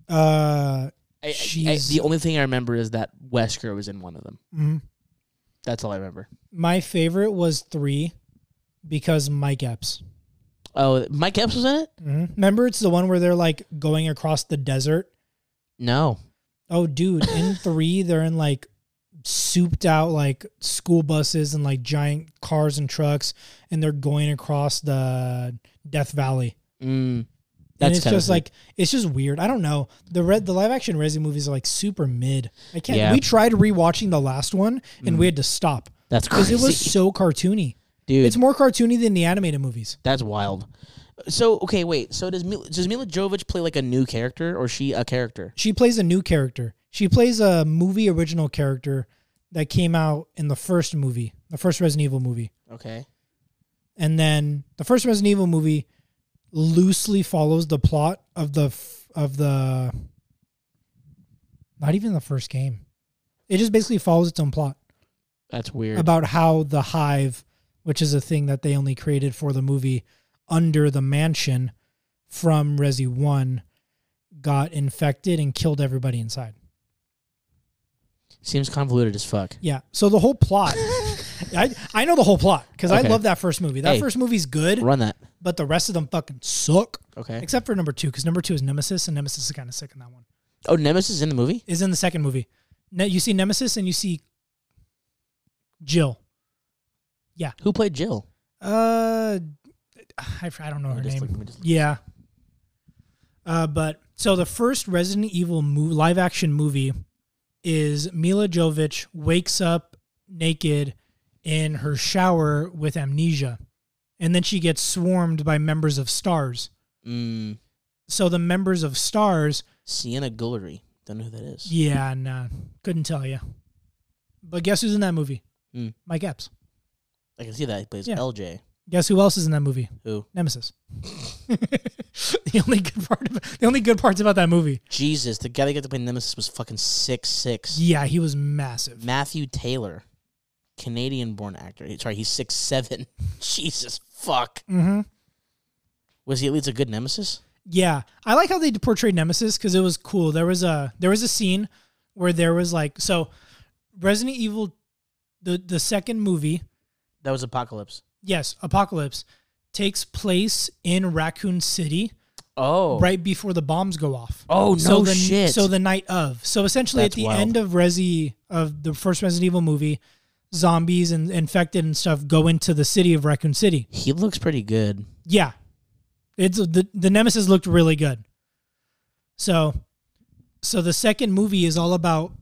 Speaker 2: Uh,
Speaker 1: I, I- I-
Speaker 2: She's-
Speaker 1: the only thing I remember is that Wesker was in one of them.
Speaker 2: hmm
Speaker 1: That's all I remember.
Speaker 2: My favorite was three because Mike Epps.
Speaker 1: Oh, Mike Epps was in it?
Speaker 2: Mhm. Remember, it's the one where they're like going across the desert.
Speaker 1: No.
Speaker 2: Oh, dude, in three, they're in like souped out like school buses and like giant cars and trucks, and they're going across the Death Valley.
Speaker 1: Mm,
Speaker 2: And
Speaker 1: that's
Speaker 2: it's
Speaker 1: kind
Speaker 2: just
Speaker 1: of
Speaker 2: like it's just weird. I don't know. The red the live action Resi movies are like super mid. I can't.
Speaker 1: Yeah.
Speaker 2: We tried rewatching the last one and we had to stop
Speaker 1: that's
Speaker 2: because
Speaker 1: crazy,
Speaker 2: it was so cartoony.
Speaker 1: *laughs* dude.
Speaker 2: It's more cartoony than the animated movies.
Speaker 1: that's wild. So okay, wait. So does Mil- does Mila Jovovich play like a new character, or is she a character?
Speaker 2: She plays a new character. She plays a movie original character that came out in the first movie, the first Resident Evil movie.
Speaker 1: Okay.
Speaker 2: And then the first Resident Evil movie loosely follows the plot of the f- of the not even the first game. It just basically follows its own plot
Speaker 1: That's weird.
Speaker 2: about how the hive, which is a thing that they only created for the movie under the mansion from Resi 1 got infected and killed everybody inside.
Speaker 1: Seems convoluted as fuck.
Speaker 2: Yeah. So the whole plot, I, I know the whole plot because
Speaker 1: Okay.
Speaker 2: I love that first movie. That
Speaker 1: Hey.
Speaker 2: first movie's good,
Speaker 1: Run that.
Speaker 2: but the rest of them fucking suck.
Speaker 1: Okay.
Speaker 2: Except for number two, because number two is Nemesis, and Nemesis is kind of sick in that one.
Speaker 1: Oh, Nemesis is in the movie.
Speaker 2: Is in the second movie. Ne- you see Nemesis and you see Jill.
Speaker 1: Who played Jill?
Speaker 2: Uh, I, I don't know Oh, her
Speaker 1: Let me Oh, just
Speaker 2: name.
Speaker 1: look- let me just look.
Speaker 2: Yeah. Uh, but so the first Resident Evil mo- live action movie is Mila Jovovich wakes up naked in her shower with amnesia, and then she gets swarmed by members of Stars.
Speaker 1: Mm,
Speaker 2: So the members of Stars,
Speaker 1: Sienna Guillory. Don't know who that is.
Speaker 2: yeah, nah, couldn't tell you. But guess who's in that movie?
Speaker 1: Hmm.
Speaker 2: Mike Epps.
Speaker 1: I can see that he plays
Speaker 2: Yeah.
Speaker 1: LJ.
Speaker 2: Guess who else is in that movie?
Speaker 1: Who?
Speaker 2: Nemesis. *laughs* the only good part of the only good parts about that movie.
Speaker 1: Jesus, the guy that got to play Nemesis was fucking six six.
Speaker 2: Yeah, he was massive.
Speaker 1: Matthew Taylor, Canadian born actor. Sorry, he's six seven. *laughs* Jesus fuck.
Speaker 2: Mm-hmm.
Speaker 1: Was he at least a good nemesis?
Speaker 2: Yeah, I like how they portrayed Nemesis because it was cool. There was a there was a scene where there was like so Resident Evil, the the second movie,
Speaker 1: That was Apocalypse.
Speaker 2: yes, Apocalypse, takes place in Raccoon City
Speaker 1: Oh.
Speaker 2: right before the bombs go off.
Speaker 1: Oh no
Speaker 2: so the,
Speaker 1: shit.
Speaker 2: So the night of. So essentially,
Speaker 1: That's
Speaker 2: at the
Speaker 1: wild.
Speaker 2: end of Resi of the first Resident Evil movie, zombies and infected and stuff go into the city of Raccoon City.
Speaker 1: he looks pretty good.
Speaker 2: Yeah, it's the the Nemesis looked really good. So, so the second movie is all about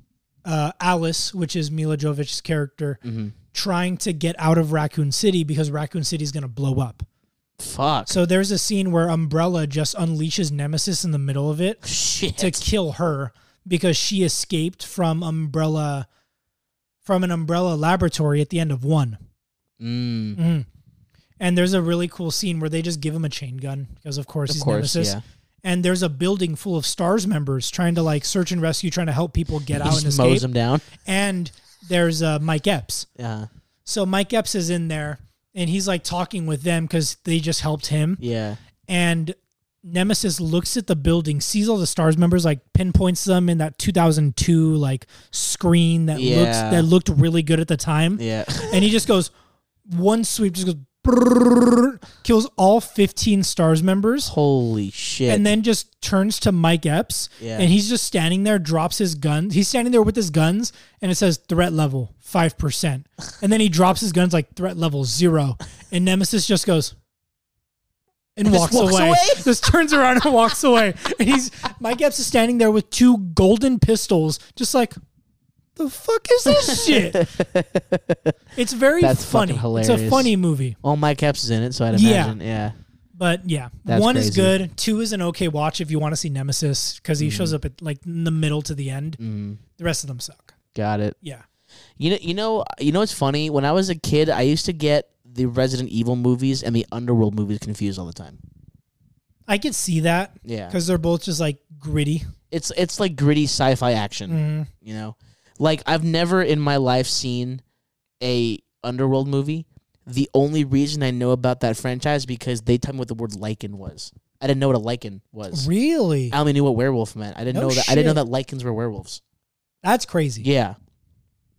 Speaker 2: uh, Alice, which is Mila Jovovich's character,
Speaker 1: Mhm.
Speaker 2: trying to get out of Raccoon City because Raccoon City is going to blow up.
Speaker 1: Fuck.
Speaker 2: So there's a scene where Umbrella just unleashes Nemesis in the middle of it
Speaker 1: shit.
Speaker 2: to kill her because she escaped from Umbrella from an Umbrella laboratory at the end of one.
Speaker 1: mm.
Speaker 2: Mhm. And there's a really cool scene where they just give him a chain gun because, of course,
Speaker 1: Of
Speaker 2: he's
Speaker 1: course,
Speaker 2: Nemesis.
Speaker 1: yeah.
Speaker 2: And there's a building full of Stars members trying to like search and rescue, trying to help people get
Speaker 1: He
Speaker 2: out and
Speaker 1: just mows
Speaker 2: escape.
Speaker 1: him down.
Speaker 2: And there's uh, Mike Epps.
Speaker 1: Yeah.
Speaker 2: So Mike Epps is in there and he's like talking with them because they just helped him.
Speaker 1: Yeah.
Speaker 2: And Nemesis looks at the building, sees all the Stars members, like pinpoints them in that 2002 like screen that looks
Speaker 1: Yeah.
Speaker 2: that looked really good at the time
Speaker 1: Yeah.
Speaker 2: *laughs* and he just goes one sweep just goes brrrr, kills all 15 stars members
Speaker 1: Holy shit.
Speaker 2: and then just turns to mike epps
Speaker 1: Yeah.
Speaker 2: and he's just standing there drops his gun he's standing there with his guns and it says threat level 5% and then he drops his guns like threat level 0 and nemesis just goes and
Speaker 1: Just
Speaker 2: walks,
Speaker 1: walks
Speaker 2: away.
Speaker 1: away?
Speaker 2: *laughs* Just turns around and walks away. And he's Mike Epps is standing there with two golden pistols, just like, the fuck is this
Speaker 1: *laughs*
Speaker 2: shit? It's very
Speaker 1: That's
Speaker 2: funny.
Speaker 1: fucking
Speaker 2: It's a
Speaker 1: hilarious.
Speaker 2: funny movie.
Speaker 1: All my caps is in it, so I'd
Speaker 2: Yeah.
Speaker 1: imagine. Yeah.
Speaker 2: But yeah,
Speaker 1: That's
Speaker 2: one is
Speaker 1: crazy.
Speaker 2: good. Two is an okay watch if you want to see Nemesis because he shows up at like in the middle to the end.
Speaker 1: Mm.
Speaker 2: The rest of them suck.
Speaker 1: Got it.
Speaker 2: Yeah.
Speaker 1: You know, you know, you know. It's funny. When I was a kid, I used to get the Resident Evil movies and the Underworld movies confused all the time.
Speaker 2: I could see that
Speaker 1: Yeah,
Speaker 2: because they're both just like gritty.
Speaker 1: it's it's like gritty sci-fi action.
Speaker 2: Mhm.
Speaker 1: You know, like I've never in my life seen a Underworld movie. The only reason I know about that franchise is because they told me what the word lichen was. I didn't know what a lichen was.
Speaker 2: Really?
Speaker 1: I only knew what werewolf meant. I didn't
Speaker 2: No
Speaker 1: know that. I didn't
Speaker 2: shit.
Speaker 1: know that lichens were werewolves.
Speaker 2: That's crazy.
Speaker 1: Yeah.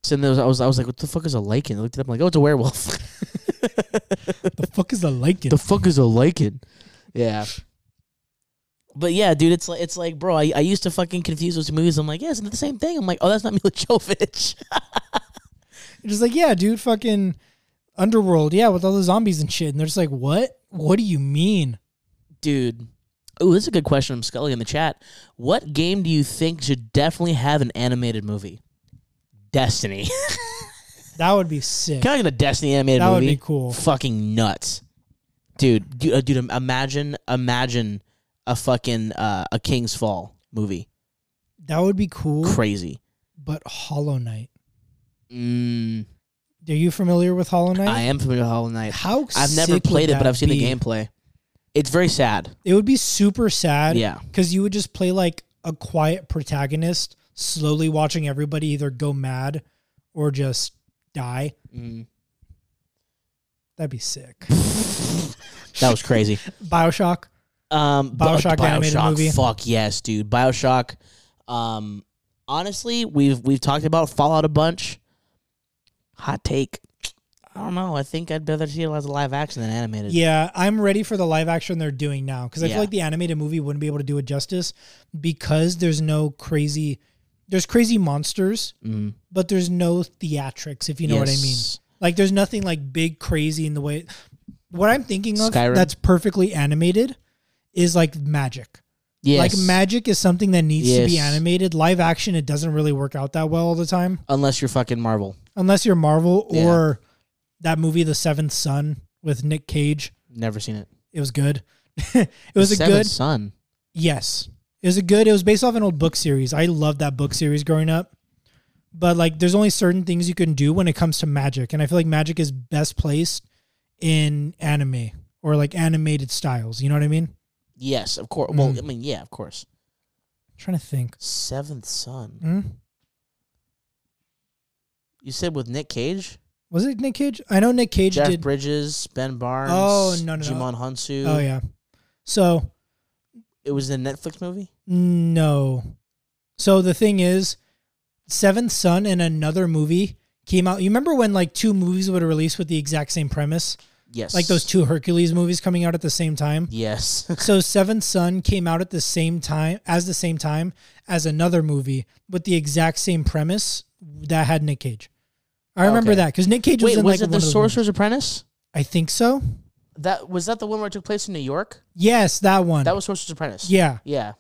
Speaker 1: So then I was I was like, what the fuck is a lichen? I looked it up. I'm like, oh, it's a werewolf.
Speaker 2: The fuck is a lichen?
Speaker 1: the fuck is a lichen? Yeah. But yeah, dude, it's like it's like, bro. I, I used to fucking confuse those movies. I'm like, yeah, isn't it the same thing? I'm like, oh, that's not *laughs* Mila Jovovich.
Speaker 2: You're just like, yeah, dude, fucking underworld, yeah, with all the zombies and shit. And they're just like, what? What do you mean?
Speaker 1: dude. Ooh, this is a good question from Scully in the chat. What game do you think should definitely have an animated movie? Destiny. *laughs*
Speaker 2: That would be sick.
Speaker 1: Can I get a Destiny animated
Speaker 2: That would
Speaker 1: movie?
Speaker 2: be cool.
Speaker 1: Fucking nuts, dude. du- uh, Dude, im- imagine, imagine a fucking uh, a King's Fall movie.
Speaker 2: That would be cool.
Speaker 1: Crazy.
Speaker 2: But Hollow Knight.
Speaker 1: Mm,
Speaker 2: Are you familiar with Hollow Knight?
Speaker 1: I am familiar with Hollow Knight.
Speaker 2: How
Speaker 1: I've never
Speaker 2: sick
Speaker 1: played
Speaker 2: would
Speaker 1: it, but
Speaker 2: that
Speaker 1: I've seen
Speaker 2: be?
Speaker 1: the gameplay. It's very sad.
Speaker 2: It would be super sad.
Speaker 1: Yeah.
Speaker 2: Because you would just play like a quiet protagonist, slowly watching everybody either go mad or just die.
Speaker 1: Mm.
Speaker 2: That'd be
Speaker 1: *laughs*
Speaker 2: sick.
Speaker 1: That was
Speaker 2: *laughs*
Speaker 1: crazy.
Speaker 2: Bioshock.
Speaker 1: Um, bu-
Speaker 2: Bioshock animated movie.
Speaker 1: Fuck yes, dude. Bioshock. Um, honestly, we've we've talked about Fallout a bunch. Hot take. I don't know. I think I'd rather see it as a live action than animated.
Speaker 2: Yeah, I'm ready for the live action they're doing now because I
Speaker 1: Yeah.
Speaker 2: feel like the animated movie wouldn't be able to do it justice because there's no crazy, there's crazy monsters,
Speaker 1: Mm.
Speaker 2: but there's no theatrics, if you know what I mean.
Speaker 1: Yes.
Speaker 2: Like there's nothing like big crazy in the way. What I'm thinking of
Speaker 1: Skyrim?
Speaker 2: that's perfectly animated is like magic.
Speaker 1: Yes.
Speaker 2: Like magic is something that needs to be
Speaker 1: Yes.
Speaker 2: animated. Live action, it doesn't really work out that well all the time,
Speaker 1: Unless you're fucking Marvel.
Speaker 2: unless you're Marvel
Speaker 1: Yeah.
Speaker 2: or that movie, The Seventh Son with Nick Cage.
Speaker 1: Never seen it.
Speaker 2: It was good. *laughs* it was a
Speaker 1: Seventh
Speaker 2: good
Speaker 1: Son.
Speaker 2: yes. It was a good. It was based off an old book series. I loved that book series growing up. But like, there's only certain things you can do when it comes to magic, and I feel like magic is best placed in anime or like animated styles. You know what I mean?
Speaker 1: Yes, of course. Well,
Speaker 2: Mm.
Speaker 1: I mean, yeah, of course.
Speaker 2: trying to think.
Speaker 1: Seventh Son.
Speaker 2: Hmm?
Speaker 1: You said with Nick Cage,
Speaker 2: Was it Nick Cage? I know Nick Cage
Speaker 1: Jeff
Speaker 2: did.
Speaker 1: Bridges, Ben Barnes.
Speaker 2: Oh, no, no, no.
Speaker 1: Jimon Hunsu.
Speaker 2: oh yeah. So
Speaker 1: It was a Netflix movie.
Speaker 2: no. So the thing is, Seventh Son and another movie came out. You remember when like two movies would release with the exact same premise?
Speaker 1: Yes.
Speaker 2: like those two Hercules movies coming out at the same time.
Speaker 1: Yes. *laughs*
Speaker 2: So Seventh Son came out at the same time as the same time as another movie with the exact same premise that had Nick Cage. I remember
Speaker 1: Okay.
Speaker 2: that because Nick Cage was
Speaker 1: Wait,
Speaker 2: in
Speaker 1: was
Speaker 2: like
Speaker 1: it
Speaker 2: one
Speaker 1: the
Speaker 2: of those movies.
Speaker 1: Sorcerer's Apprentice?
Speaker 2: I think so.
Speaker 1: That was that the one where it took place in New York.
Speaker 2: Yes, that one.
Speaker 1: That was Sorcerer's Apprentice.
Speaker 2: yeah.
Speaker 1: yeah,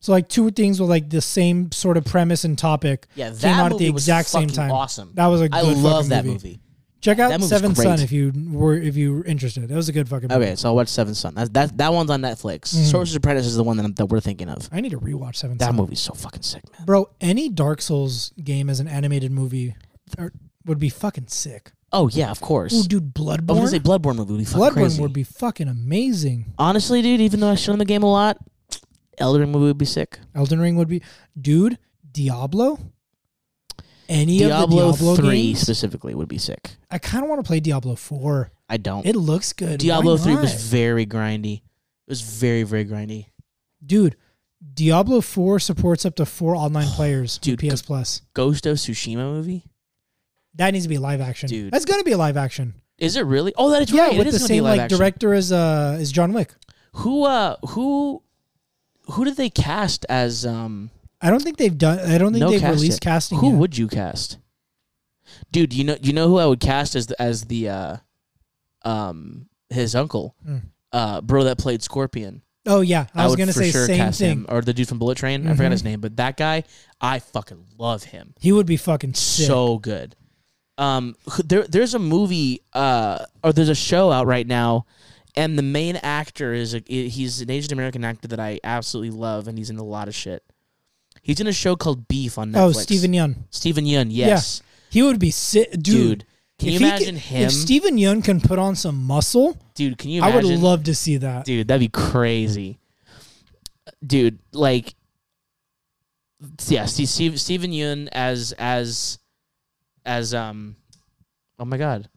Speaker 2: So like two things with like the same sort of premise and topic
Speaker 1: yeah. That
Speaker 2: came out at
Speaker 1: movie
Speaker 2: the
Speaker 1: was
Speaker 2: exact same
Speaker 1: fucking
Speaker 2: time.
Speaker 1: Awesome.
Speaker 2: That was a good
Speaker 1: I
Speaker 2: fucking
Speaker 1: love that
Speaker 2: movie.
Speaker 1: movie.
Speaker 2: Check
Speaker 1: That
Speaker 2: out
Speaker 1: movie's
Speaker 2: Seventh
Speaker 1: great.
Speaker 2: Son if you were if you were interested. That was a good fucking movie.
Speaker 1: Okay, so I'll watch Seventh Son. That that, that one's on Netflix.
Speaker 2: Mhm.
Speaker 1: Sorcerer's Apprentice is the one that, I'm, that we're thinking of.
Speaker 2: I need to rewatch Seventh
Speaker 1: That
Speaker 2: Son.
Speaker 1: movie's so fucking sick, man.
Speaker 2: Bro, any Dark Souls game as an animated movie are- would be fucking sick.
Speaker 1: Oh yeah, of course.
Speaker 2: Oh, dude,
Speaker 1: I was gonna say Bloodborne
Speaker 2: Bloodborne.
Speaker 1: movie would be fucking
Speaker 2: Bloodborne
Speaker 1: crazy.
Speaker 2: would be fucking amazing.
Speaker 1: Honestly, dude, even though I showed him the game a lot, Elden Ring movie would be sick.
Speaker 2: Elden Ring would be, dude. Diablo. Any
Speaker 1: Diablo,
Speaker 2: of the Diablo
Speaker 1: three
Speaker 2: games?
Speaker 1: specifically would be sick.
Speaker 2: I kind of want to play Diablo four.
Speaker 1: I don't.
Speaker 2: It looks good.
Speaker 1: Oh. Diablo
Speaker 2: Why
Speaker 1: three was
Speaker 2: not?
Speaker 1: very grindy. It was very very grindy.
Speaker 2: dude. Diablo four supports up to four
Speaker 1: *sighs*
Speaker 2: online players.
Speaker 1: Dude,
Speaker 2: Dude, PS Plus.
Speaker 1: Ghost of Tsushima movie.
Speaker 2: That needs to be live action.
Speaker 1: Dude.
Speaker 2: that's gonna be a live action.
Speaker 1: Is it really? Oh, that is
Speaker 2: yeah,
Speaker 1: right. it
Speaker 2: with
Speaker 1: is
Speaker 2: the
Speaker 1: gonna
Speaker 2: same
Speaker 1: be live
Speaker 2: like
Speaker 1: action.
Speaker 2: director as uh as John Wick.
Speaker 1: Who uh who who did they cast as um
Speaker 2: I don't think they've done. I don't think
Speaker 1: No
Speaker 2: they've
Speaker 1: cast
Speaker 2: released
Speaker 1: yet.
Speaker 2: casting.
Speaker 1: who
Speaker 2: yet.
Speaker 1: would you cast? Dude, you know you know who I would cast as the, as the uh um his uncle.
Speaker 2: Hmm.
Speaker 1: Uh bro that played Scorpion.
Speaker 2: Oh yeah, I, was
Speaker 1: would
Speaker 2: gonna
Speaker 1: for
Speaker 2: say
Speaker 1: sure
Speaker 2: same
Speaker 1: cast
Speaker 2: thing.
Speaker 1: him or the dude from Bullet Train. I forgot
Speaker 2: Mhm.
Speaker 1: his name, but that guy, I fucking love him.
Speaker 2: He would be fucking sick.
Speaker 1: so good. Um, who- there, there's a movie, uh, or there's a show out right now, and the main actor is a, he's an Asian American actor that I absolutely love, and he's in a lot of shit. He's in a show called Beef on Netflix.
Speaker 2: oh, Stephen Yun.
Speaker 1: Stephen Yun, yes,
Speaker 2: He would be sick, dude.
Speaker 1: dude. Can you
Speaker 2: if he
Speaker 1: imagine
Speaker 2: ca-
Speaker 1: him,
Speaker 2: If Stephen Yun can put on some muscle,
Speaker 1: dude? Can you
Speaker 2: I would
Speaker 1: imagine,
Speaker 2: love to see that.
Speaker 1: dude? That'd be crazy, dude. Like, yeah, Steve, Steve, Stephen Yun as as as um, oh my god,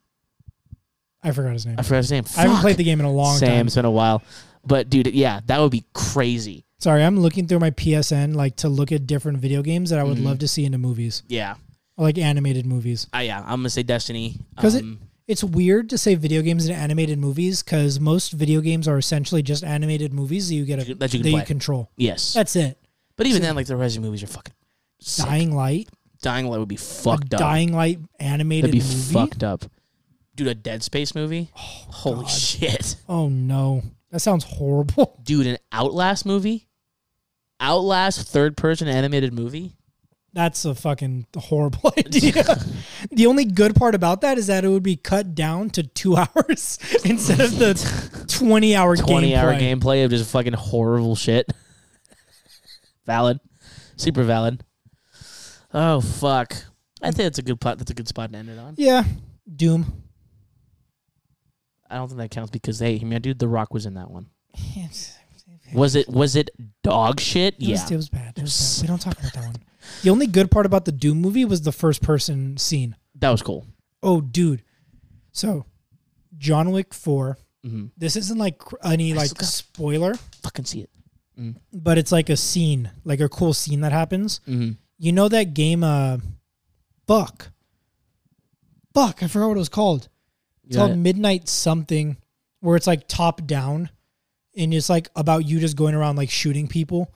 Speaker 2: I forgot his name.
Speaker 1: I forgot his name.
Speaker 2: I haven't
Speaker 1: Uh, Fuck.
Speaker 2: played the game in a long
Speaker 1: Same.
Speaker 2: time.
Speaker 1: It's been a while. But dude, yeah, that would be crazy.
Speaker 2: Sorry, I'm looking through my PSN like to look at different video games that I would
Speaker 1: Mhm.
Speaker 2: love to see into movies,
Speaker 1: Yeah,
Speaker 2: or, like animated movies.
Speaker 1: I, yeah, I'm gonna say Destiny.
Speaker 2: 'Cause it-
Speaker 1: Um,
Speaker 2: It's weird to say video games and animated movies because most video games are essentially just animated movies that you get a,
Speaker 1: that you can
Speaker 2: that you
Speaker 1: play.
Speaker 2: control.
Speaker 1: yes,
Speaker 2: That's it.
Speaker 1: but even then, like the Resident movies are fucking sick.
Speaker 2: Dying Light,
Speaker 1: Dying Light would be
Speaker 2: a
Speaker 1: fucked up.
Speaker 2: Dying Light
Speaker 1: That'd
Speaker 2: animated
Speaker 1: be
Speaker 2: movie. Oh,
Speaker 1: fucked up. Dude, a Dead Space movie? Holy
Speaker 2: God.
Speaker 1: shit.
Speaker 2: Oh no, that sounds horrible. *laughs*
Speaker 1: Dude, an Outlast movie? Outlast third person animated movie?
Speaker 2: That's a fucking horrible *laughs* idea.
Speaker 1: *laughs*
Speaker 2: the only good part about that is that it would be cut down to two *laughs* hours instead
Speaker 1: *laughs*
Speaker 2: of the twenty hour
Speaker 1: 20 hour
Speaker 2: gameplay.
Speaker 1: gameplay of just fucking horrible shit. *laughs* valid. Super valid. Oh fuck. I think that's a good pot that's a good spot to end it on.
Speaker 2: Yeah, Doom.
Speaker 1: I don't think that counts because hey, I mean, dude, The Rock was in that one.
Speaker 2: It
Speaker 1: Was it was it dog shit?
Speaker 2: was-
Speaker 1: Yeah.
Speaker 2: it was bad. It was bad. We don't talk about that one. *laughs* The only good part about the Doom movie was the first person scene.
Speaker 1: That was cool.
Speaker 2: Oh, dude. So, John Wick Four.
Speaker 1: hmm
Speaker 2: This isn't like cr- any
Speaker 1: I
Speaker 2: like
Speaker 1: still got-
Speaker 2: spoiler,
Speaker 1: Fucking see it.
Speaker 2: but it's like a scene, like a cool scene that happens.
Speaker 1: Mm-hmm.
Speaker 2: You know that game, uh, Buck. Buck, I forgot what it was called. It's called Midnight Something, where it's like top down, and it's like about you just going around like shooting people.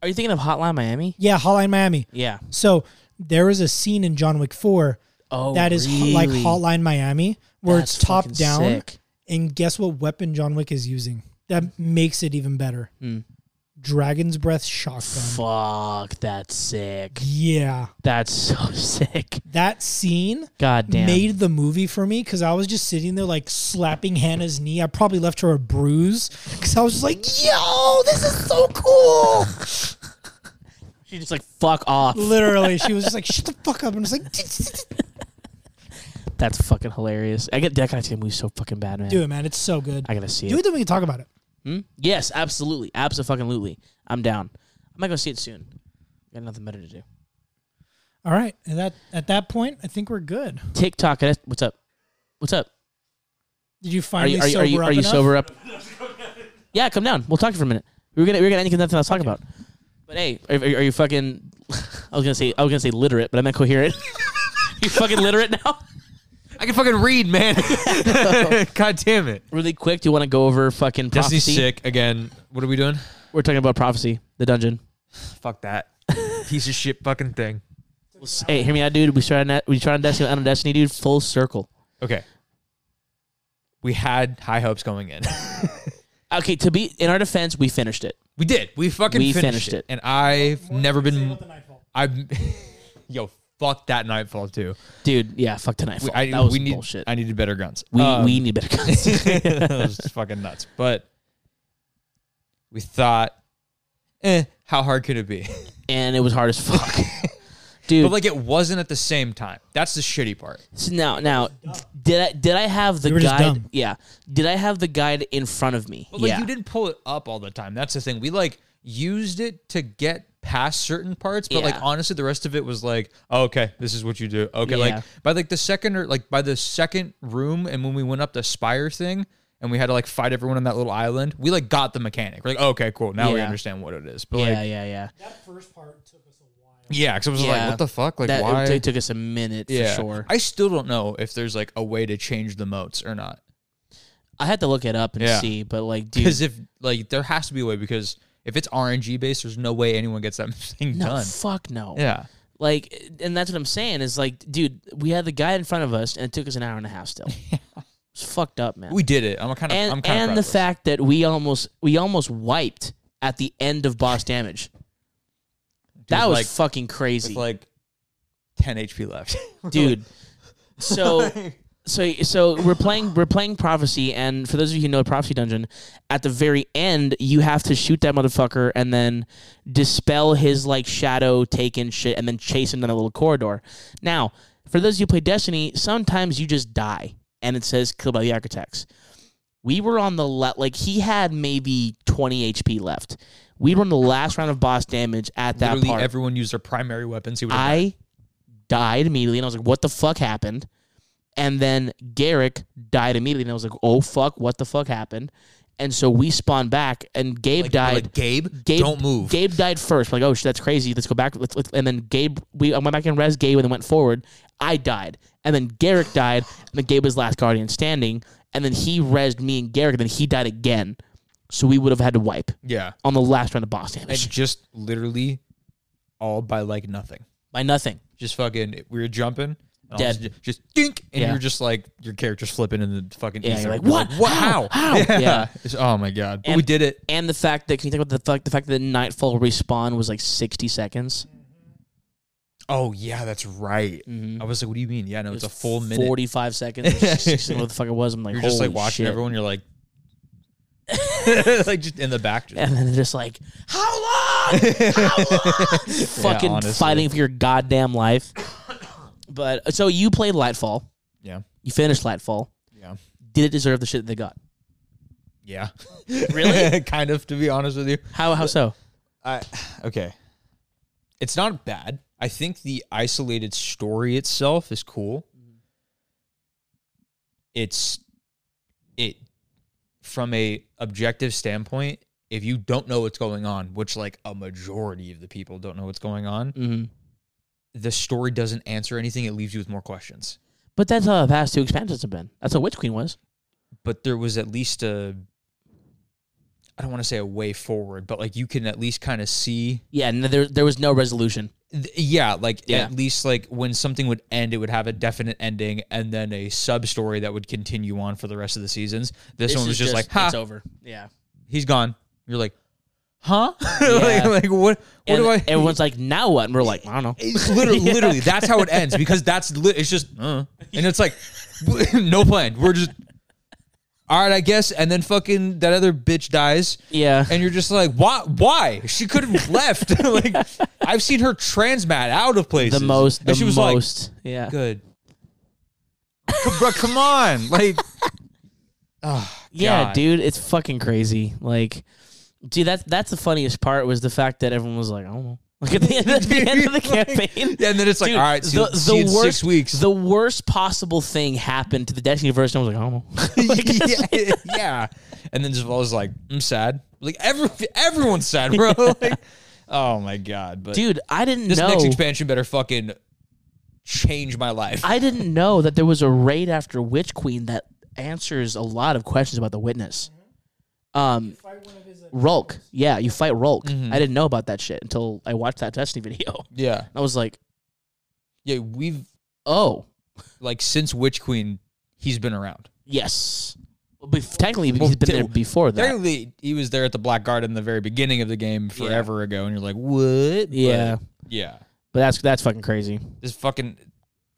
Speaker 1: Are you thinking of Hotline Miami?
Speaker 2: Yeah, Hotline Miami.
Speaker 1: Yeah.
Speaker 2: So there is a scene in John Wick Four
Speaker 1: Oh,
Speaker 2: that is ho- like
Speaker 1: really?
Speaker 2: Hotline Miami, where
Speaker 1: That's
Speaker 2: it's top
Speaker 1: fucking
Speaker 2: down,
Speaker 1: sick.
Speaker 2: and guess what weapon John Wick is using? That makes it even better.
Speaker 1: Hmm.
Speaker 2: Dragon's breath shotgun.
Speaker 1: Fuck, that's sick.
Speaker 2: Yeah,
Speaker 1: That's so *laughs* sick.
Speaker 2: that scene
Speaker 1: God damn.
Speaker 2: made the movie for me because I was just sitting there like slapping Hannah's knee. I probably left her a bruise because I was just like, "Yo, this is so
Speaker 1: *laughs*
Speaker 2: cool!"
Speaker 1: she just like fuck off.
Speaker 2: Literally, she was just like, "Shut the fuck up!" And I was like,
Speaker 1: That's fucking hilarious. I get that kind of movie so fucking bad, man.
Speaker 2: "Do it, man. It's so good.
Speaker 1: I gotta see
Speaker 2: Do
Speaker 1: it.
Speaker 2: it, then we can talk about it."
Speaker 1: Hmm? Yes, absolutely, absolutely. I'm down. I might go see it soon. Got nothing better to do.
Speaker 2: All right. At that at that point, I think we're good.
Speaker 1: TikTok. I- What's up? What's up?
Speaker 2: Did you
Speaker 1: Are
Speaker 2: finally
Speaker 1: you are you
Speaker 2: sober
Speaker 1: are you,
Speaker 2: up
Speaker 1: are you
Speaker 2: enough?
Speaker 1: sober up? Yeah, come down. We'll talk for a minute. We were gonna we were gonna end because nothing else to talk about. But hey, are, are you- are you fucking? *laughs* I was gonna say I was gonna say literate, but I meant coherent. *laughs* you fucking literate now.
Speaker 3: I can fucking
Speaker 1: *laughs*
Speaker 3: read, man. God damn it.
Speaker 1: Really quick, do you want to go over fucking prophecy?
Speaker 3: Destiny's sick again. What are we doing?
Speaker 1: We're talking about prophecy, the dungeon.
Speaker 3: Fuck that. *laughs* Piece of shit fucking thing.
Speaker 1: We'll s- Hey, hear me out, dude. We started on, we started on Destiny, on Destiny, dude. Full circle.
Speaker 3: Okay. We had high hopes going in.
Speaker 1: Okay, to be in our defense, we finished it.
Speaker 3: *laughs* we did. We fucking
Speaker 1: We finished
Speaker 3: finished, it.
Speaker 1: it.
Speaker 3: And I've never been.
Speaker 2: Nightfall.
Speaker 3: I've. *laughs* Yo, fuck that nightfall too.
Speaker 1: Dude, yeah, fuck tonight.
Speaker 3: We, I,
Speaker 1: that was
Speaker 3: we need.
Speaker 1: bullshit.
Speaker 3: I needed better guns.
Speaker 1: we,
Speaker 3: Um, *laughs*
Speaker 1: we need better *laughs* guns.
Speaker 3: that was fucking nuts. But we thought, eh, how hard could it be?
Speaker 1: and it was hard as
Speaker 3: *laughs*
Speaker 1: fuck. Dude,
Speaker 3: But like, it wasn't at the same time. That's the shitty part.
Speaker 1: So now, now, did I did I have the
Speaker 2: You were just
Speaker 1: guide?
Speaker 2: dumb.
Speaker 1: Yeah, did I have the guide in front of me?
Speaker 3: But like,
Speaker 1: yeah,
Speaker 3: you didn't pull it up all the time. That's the thing. We like used it to get past certain parts, but
Speaker 1: Yeah.
Speaker 3: like honestly, the rest of it was like, oh, okay, this is what you do. Okay,
Speaker 1: Yeah.
Speaker 3: like by like the second or like by the second room, and when we went up the spire thing. And we had to like fight everyone on that little island. We like got the mechanic. We're like, okay, cool. Now we
Speaker 1: Yeah.
Speaker 3: understand what it is. But
Speaker 1: yeah,
Speaker 3: like,
Speaker 1: yeah, yeah.
Speaker 2: That first part took us a while.
Speaker 3: yeah, because I was
Speaker 1: Yeah.
Speaker 3: like, what the fuck? Like,
Speaker 1: that
Speaker 3: why?
Speaker 1: It, took- took us a minute for sure. I,
Speaker 3: I still don't know if there's like a way to change the moats or not.
Speaker 1: had to look it up and
Speaker 3: Yeah.
Speaker 1: see, but like, dude,
Speaker 3: Because if like there has to be a way because if it's RNG based, there's no way anyone gets that *laughs* thing
Speaker 1: no,
Speaker 3: done.
Speaker 1: fuck no.
Speaker 3: Yeah.
Speaker 1: Like, and that's what I'm saying is like, dude, we had the guide in front of us, and it took us an hour and a half still. it's fucked up, man.
Speaker 3: We did it. I'm kind of I'm
Speaker 1: and
Speaker 3: kind of
Speaker 1: and the fact that we almost we almost wiped at the end of boss damage. that was
Speaker 3: like,
Speaker 1: fucking crazy.
Speaker 3: with like *laughs* 10 HP left.
Speaker 1: dude. So so so we're playing we're playing prophecy, and for those of you who know prophecy dungeon, at the very end you have to shoot that motherfucker and then dispel his like shadow taken shit, and then chase him down a little corridor. Now, for those of you who play Destiny, sometimes you just die, and it says killed by the architects. We were on the le- like he had maybe twenty HP left. We were on the last round of boss damage at that
Speaker 3: *laughs* Literally
Speaker 1: part.
Speaker 3: everyone used their primary weapons. He was like,
Speaker 1: I died immediately, and I was like, "What the fuck happened?" And then Garrick died immediately, and I was like, "Oh fuck, what the fuck happened?" and so we spawn back, and Gabe
Speaker 3: Like,
Speaker 1: died.
Speaker 3: like, Gabe,
Speaker 1: Gabe,
Speaker 3: don't move.
Speaker 1: Gabe died first. We're like, oh shit, that's crazy. Let's go back. Let's, let's and then Gabe. We I went back and res Gabe, and then went forward. I died, and then Garrick died, and then Gabe was last guardian standing, and then he resed me and Garrick, and then he died again. So we would have had to wipe
Speaker 3: Yeah,
Speaker 1: on the last round of boss
Speaker 3: and
Speaker 1: damage
Speaker 3: just literally all by like nothing.
Speaker 1: by nothing.
Speaker 3: Just fucking, we were jumping. and all
Speaker 1: Dead.
Speaker 3: of a sudden Just dink, and
Speaker 1: Yeah.
Speaker 3: you're just like your character's flipping in the fucking.
Speaker 1: Yeah,
Speaker 3: ether.
Speaker 1: you're like,
Speaker 3: We're
Speaker 1: "What? How? How?"
Speaker 3: *laughs* Yeah,
Speaker 1: Yeah.
Speaker 3: It's- oh my god, but
Speaker 1: And-
Speaker 3: we did it.
Speaker 1: And the fact that can you think about the fact the fact that Nightfall respawn was like sixty seconds.
Speaker 3: Oh yeah, that's right.
Speaker 1: Mm-hmm.
Speaker 3: I was like, what do you mean? Yeah, no, it's a full minute.
Speaker 1: forty five seconds. or
Speaker 3: *laughs*
Speaker 1: 60, what the fuck it was? I'm like,
Speaker 3: You're just like
Speaker 1: "Holy
Speaker 3: watching
Speaker 1: shit."
Speaker 3: everyone. You're *laughs* like, like just in the back. Just,
Speaker 1: and then they're just like, "How
Speaker 3: *laughs*
Speaker 1: long? How long?" Fucking
Speaker 3: honestly.
Speaker 1: fighting for your goddamn life. But so you played Lightfall,
Speaker 3: yeah,
Speaker 1: you finished Lightfall.
Speaker 3: yeah,
Speaker 1: Did it deserve the shit that they got?
Speaker 3: yeah. *laughs*
Speaker 1: Really?
Speaker 3: kind of, to be honest with you.
Speaker 1: How how so?
Speaker 3: I okay. It's not bad. I think the isolated story itself is cool. It's it from a objective standpoint, if you don't know what's going on, which like a majority of the people don't know what's going on,
Speaker 1: Mm-hmm.
Speaker 3: the story doesn't answer anything. It leaves you with more questions.
Speaker 1: But that's how the past two expansions have been. That's how Witch Queen was.
Speaker 3: But there was at least a I don't want to say a way forward, but like you can at least kind of see
Speaker 1: Yeah, and there there was no resolution.
Speaker 3: Th- yeah like
Speaker 1: Yeah.
Speaker 3: at least like when something would end it would have a definite ending and then a sub story that would continue on for the rest of the seasons this, one
Speaker 1: is
Speaker 3: was just, like
Speaker 1: it's
Speaker 3: ha
Speaker 1: over. Yeah.
Speaker 3: he's gone you're like huh *laughs*
Speaker 1: Yeah.
Speaker 3: like, like what what
Speaker 1: And
Speaker 3: do i
Speaker 1: everyone's like, now what? And we're like, I don't know.
Speaker 3: *laughs*
Speaker 1: *laughs*
Speaker 3: it's literally, literally that's how it ends because that's li- it's just uh, and it's like *laughs* no plan we're just all right i guess and then fucking that other bitch dies
Speaker 1: Yeah.
Speaker 3: and you're just like why why she could
Speaker 1: *laughs*
Speaker 3: have left *laughs* like i've seen her transmat out of places
Speaker 1: the most, the
Speaker 3: and she was like
Speaker 1: most, yeah.
Speaker 3: good. Come- Bro, come *laughs* on, like, ah,
Speaker 1: Yeah,
Speaker 3: God.
Speaker 1: dude, it's fucking crazy. Like, dude, that's that's the funniest part was the fact that everyone was like, I don't know. *laughs* Like at the end of the,
Speaker 3: *laughs*
Speaker 1: end of the campaign.
Speaker 3: Yeah, and then it's like,
Speaker 1: Dude,
Speaker 3: all right, see, you- see you in six weeks.
Speaker 1: The worst possible thing happened to the Destiny verse, and I was like, I don't know. *laughs* Like, it's just-
Speaker 3: *laughs* yeah, yeah. *laughs* and then Zavala's like, I'm sad. Like every everyone's sad, bro. *laughs* Like, oh my God, but
Speaker 1: dude, I didn't
Speaker 3: this
Speaker 1: know.
Speaker 3: next expansion better fucking change my life.
Speaker 1: I didn't know that there was a raid after Witch Queen that answers a lot of questions about the witness. Um, Rolk, yeah, you fight Rolk.
Speaker 3: Mm-hmm.
Speaker 1: I didn't know about that shit until I watched that Destiny *laughs* video.
Speaker 3: yeah,
Speaker 1: I was like,
Speaker 3: yeah. We've
Speaker 1: oh,
Speaker 3: like since Witch Queen, he's been around.
Speaker 1: Yes. Well, bef- technically,
Speaker 3: Well,
Speaker 1: he's been
Speaker 3: t-
Speaker 1: there before that.
Speaker 3: Technically, he was there at the Black Garden in the very beginning of the game forever ago, and you're like, what? But,
Speaker 1: Yeah.
Speaker 3: yeah.
Speaker 1: But that's that's fucking
Speaker 3: *laughs*
Speaker 1: crazy.
Speaker 3: this fucking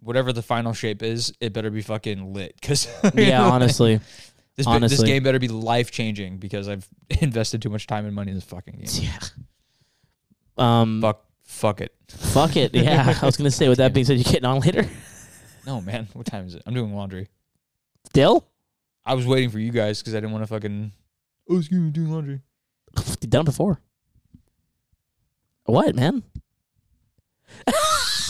Speaker 3: whatever the final shape is, it better be fucking lit because
Speaker 1: Yeah, honestly.
Speaker 3: *laughs* this, bi- this
Speaker 1: honestly.
Speaker 3: game better be life changing because I've *laughs* invested too much time and money in this fucking game.
Speaker 1: Yeah. Um, fuck.
Speaker 3: Fuck, fuck it.
Speaker 1: it. Yeah, I was gonna say. With
Speaker 3: *laughs*
Speaker 1: that being said, you getting on later?
Speaker 3: No, man. What time is it? I'm doing laundry.
Speaker 1: Still?
Speaker 3: I was waiting for you guys because I didn't want to fucking. Oh, excuse me, doing laundry.
Speaker 1: You done before? What man?
Speaker 2: *laughs*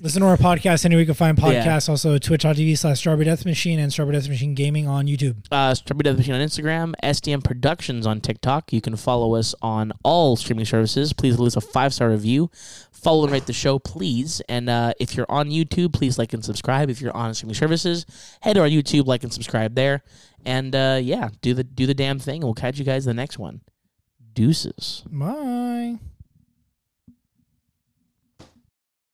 Speaker 2: Listen to our podcast anywhere you can find
Speaker 1: Yeah.
Speaker 2: podcasts. Also, twitch.tv slash Strawberry Death Machine and Strawberry Death Machine Gaming on YouTube.
Speaker 1: *laughs* Uh, Strawberry Death Machine on Instagram, SDM Productions on TikTok. You can follow us on all streaming services. Please leave us a five star review. Follow and rate the show, please. And uh, if you're on YouTube, please like and subscribe. If you're on streaming services, head to our YouTube, like and subscribe there. And uh, yeah, do the do the damn thing. We'll catch you guys in the next one. Deuces.
Speaker 2: Bye.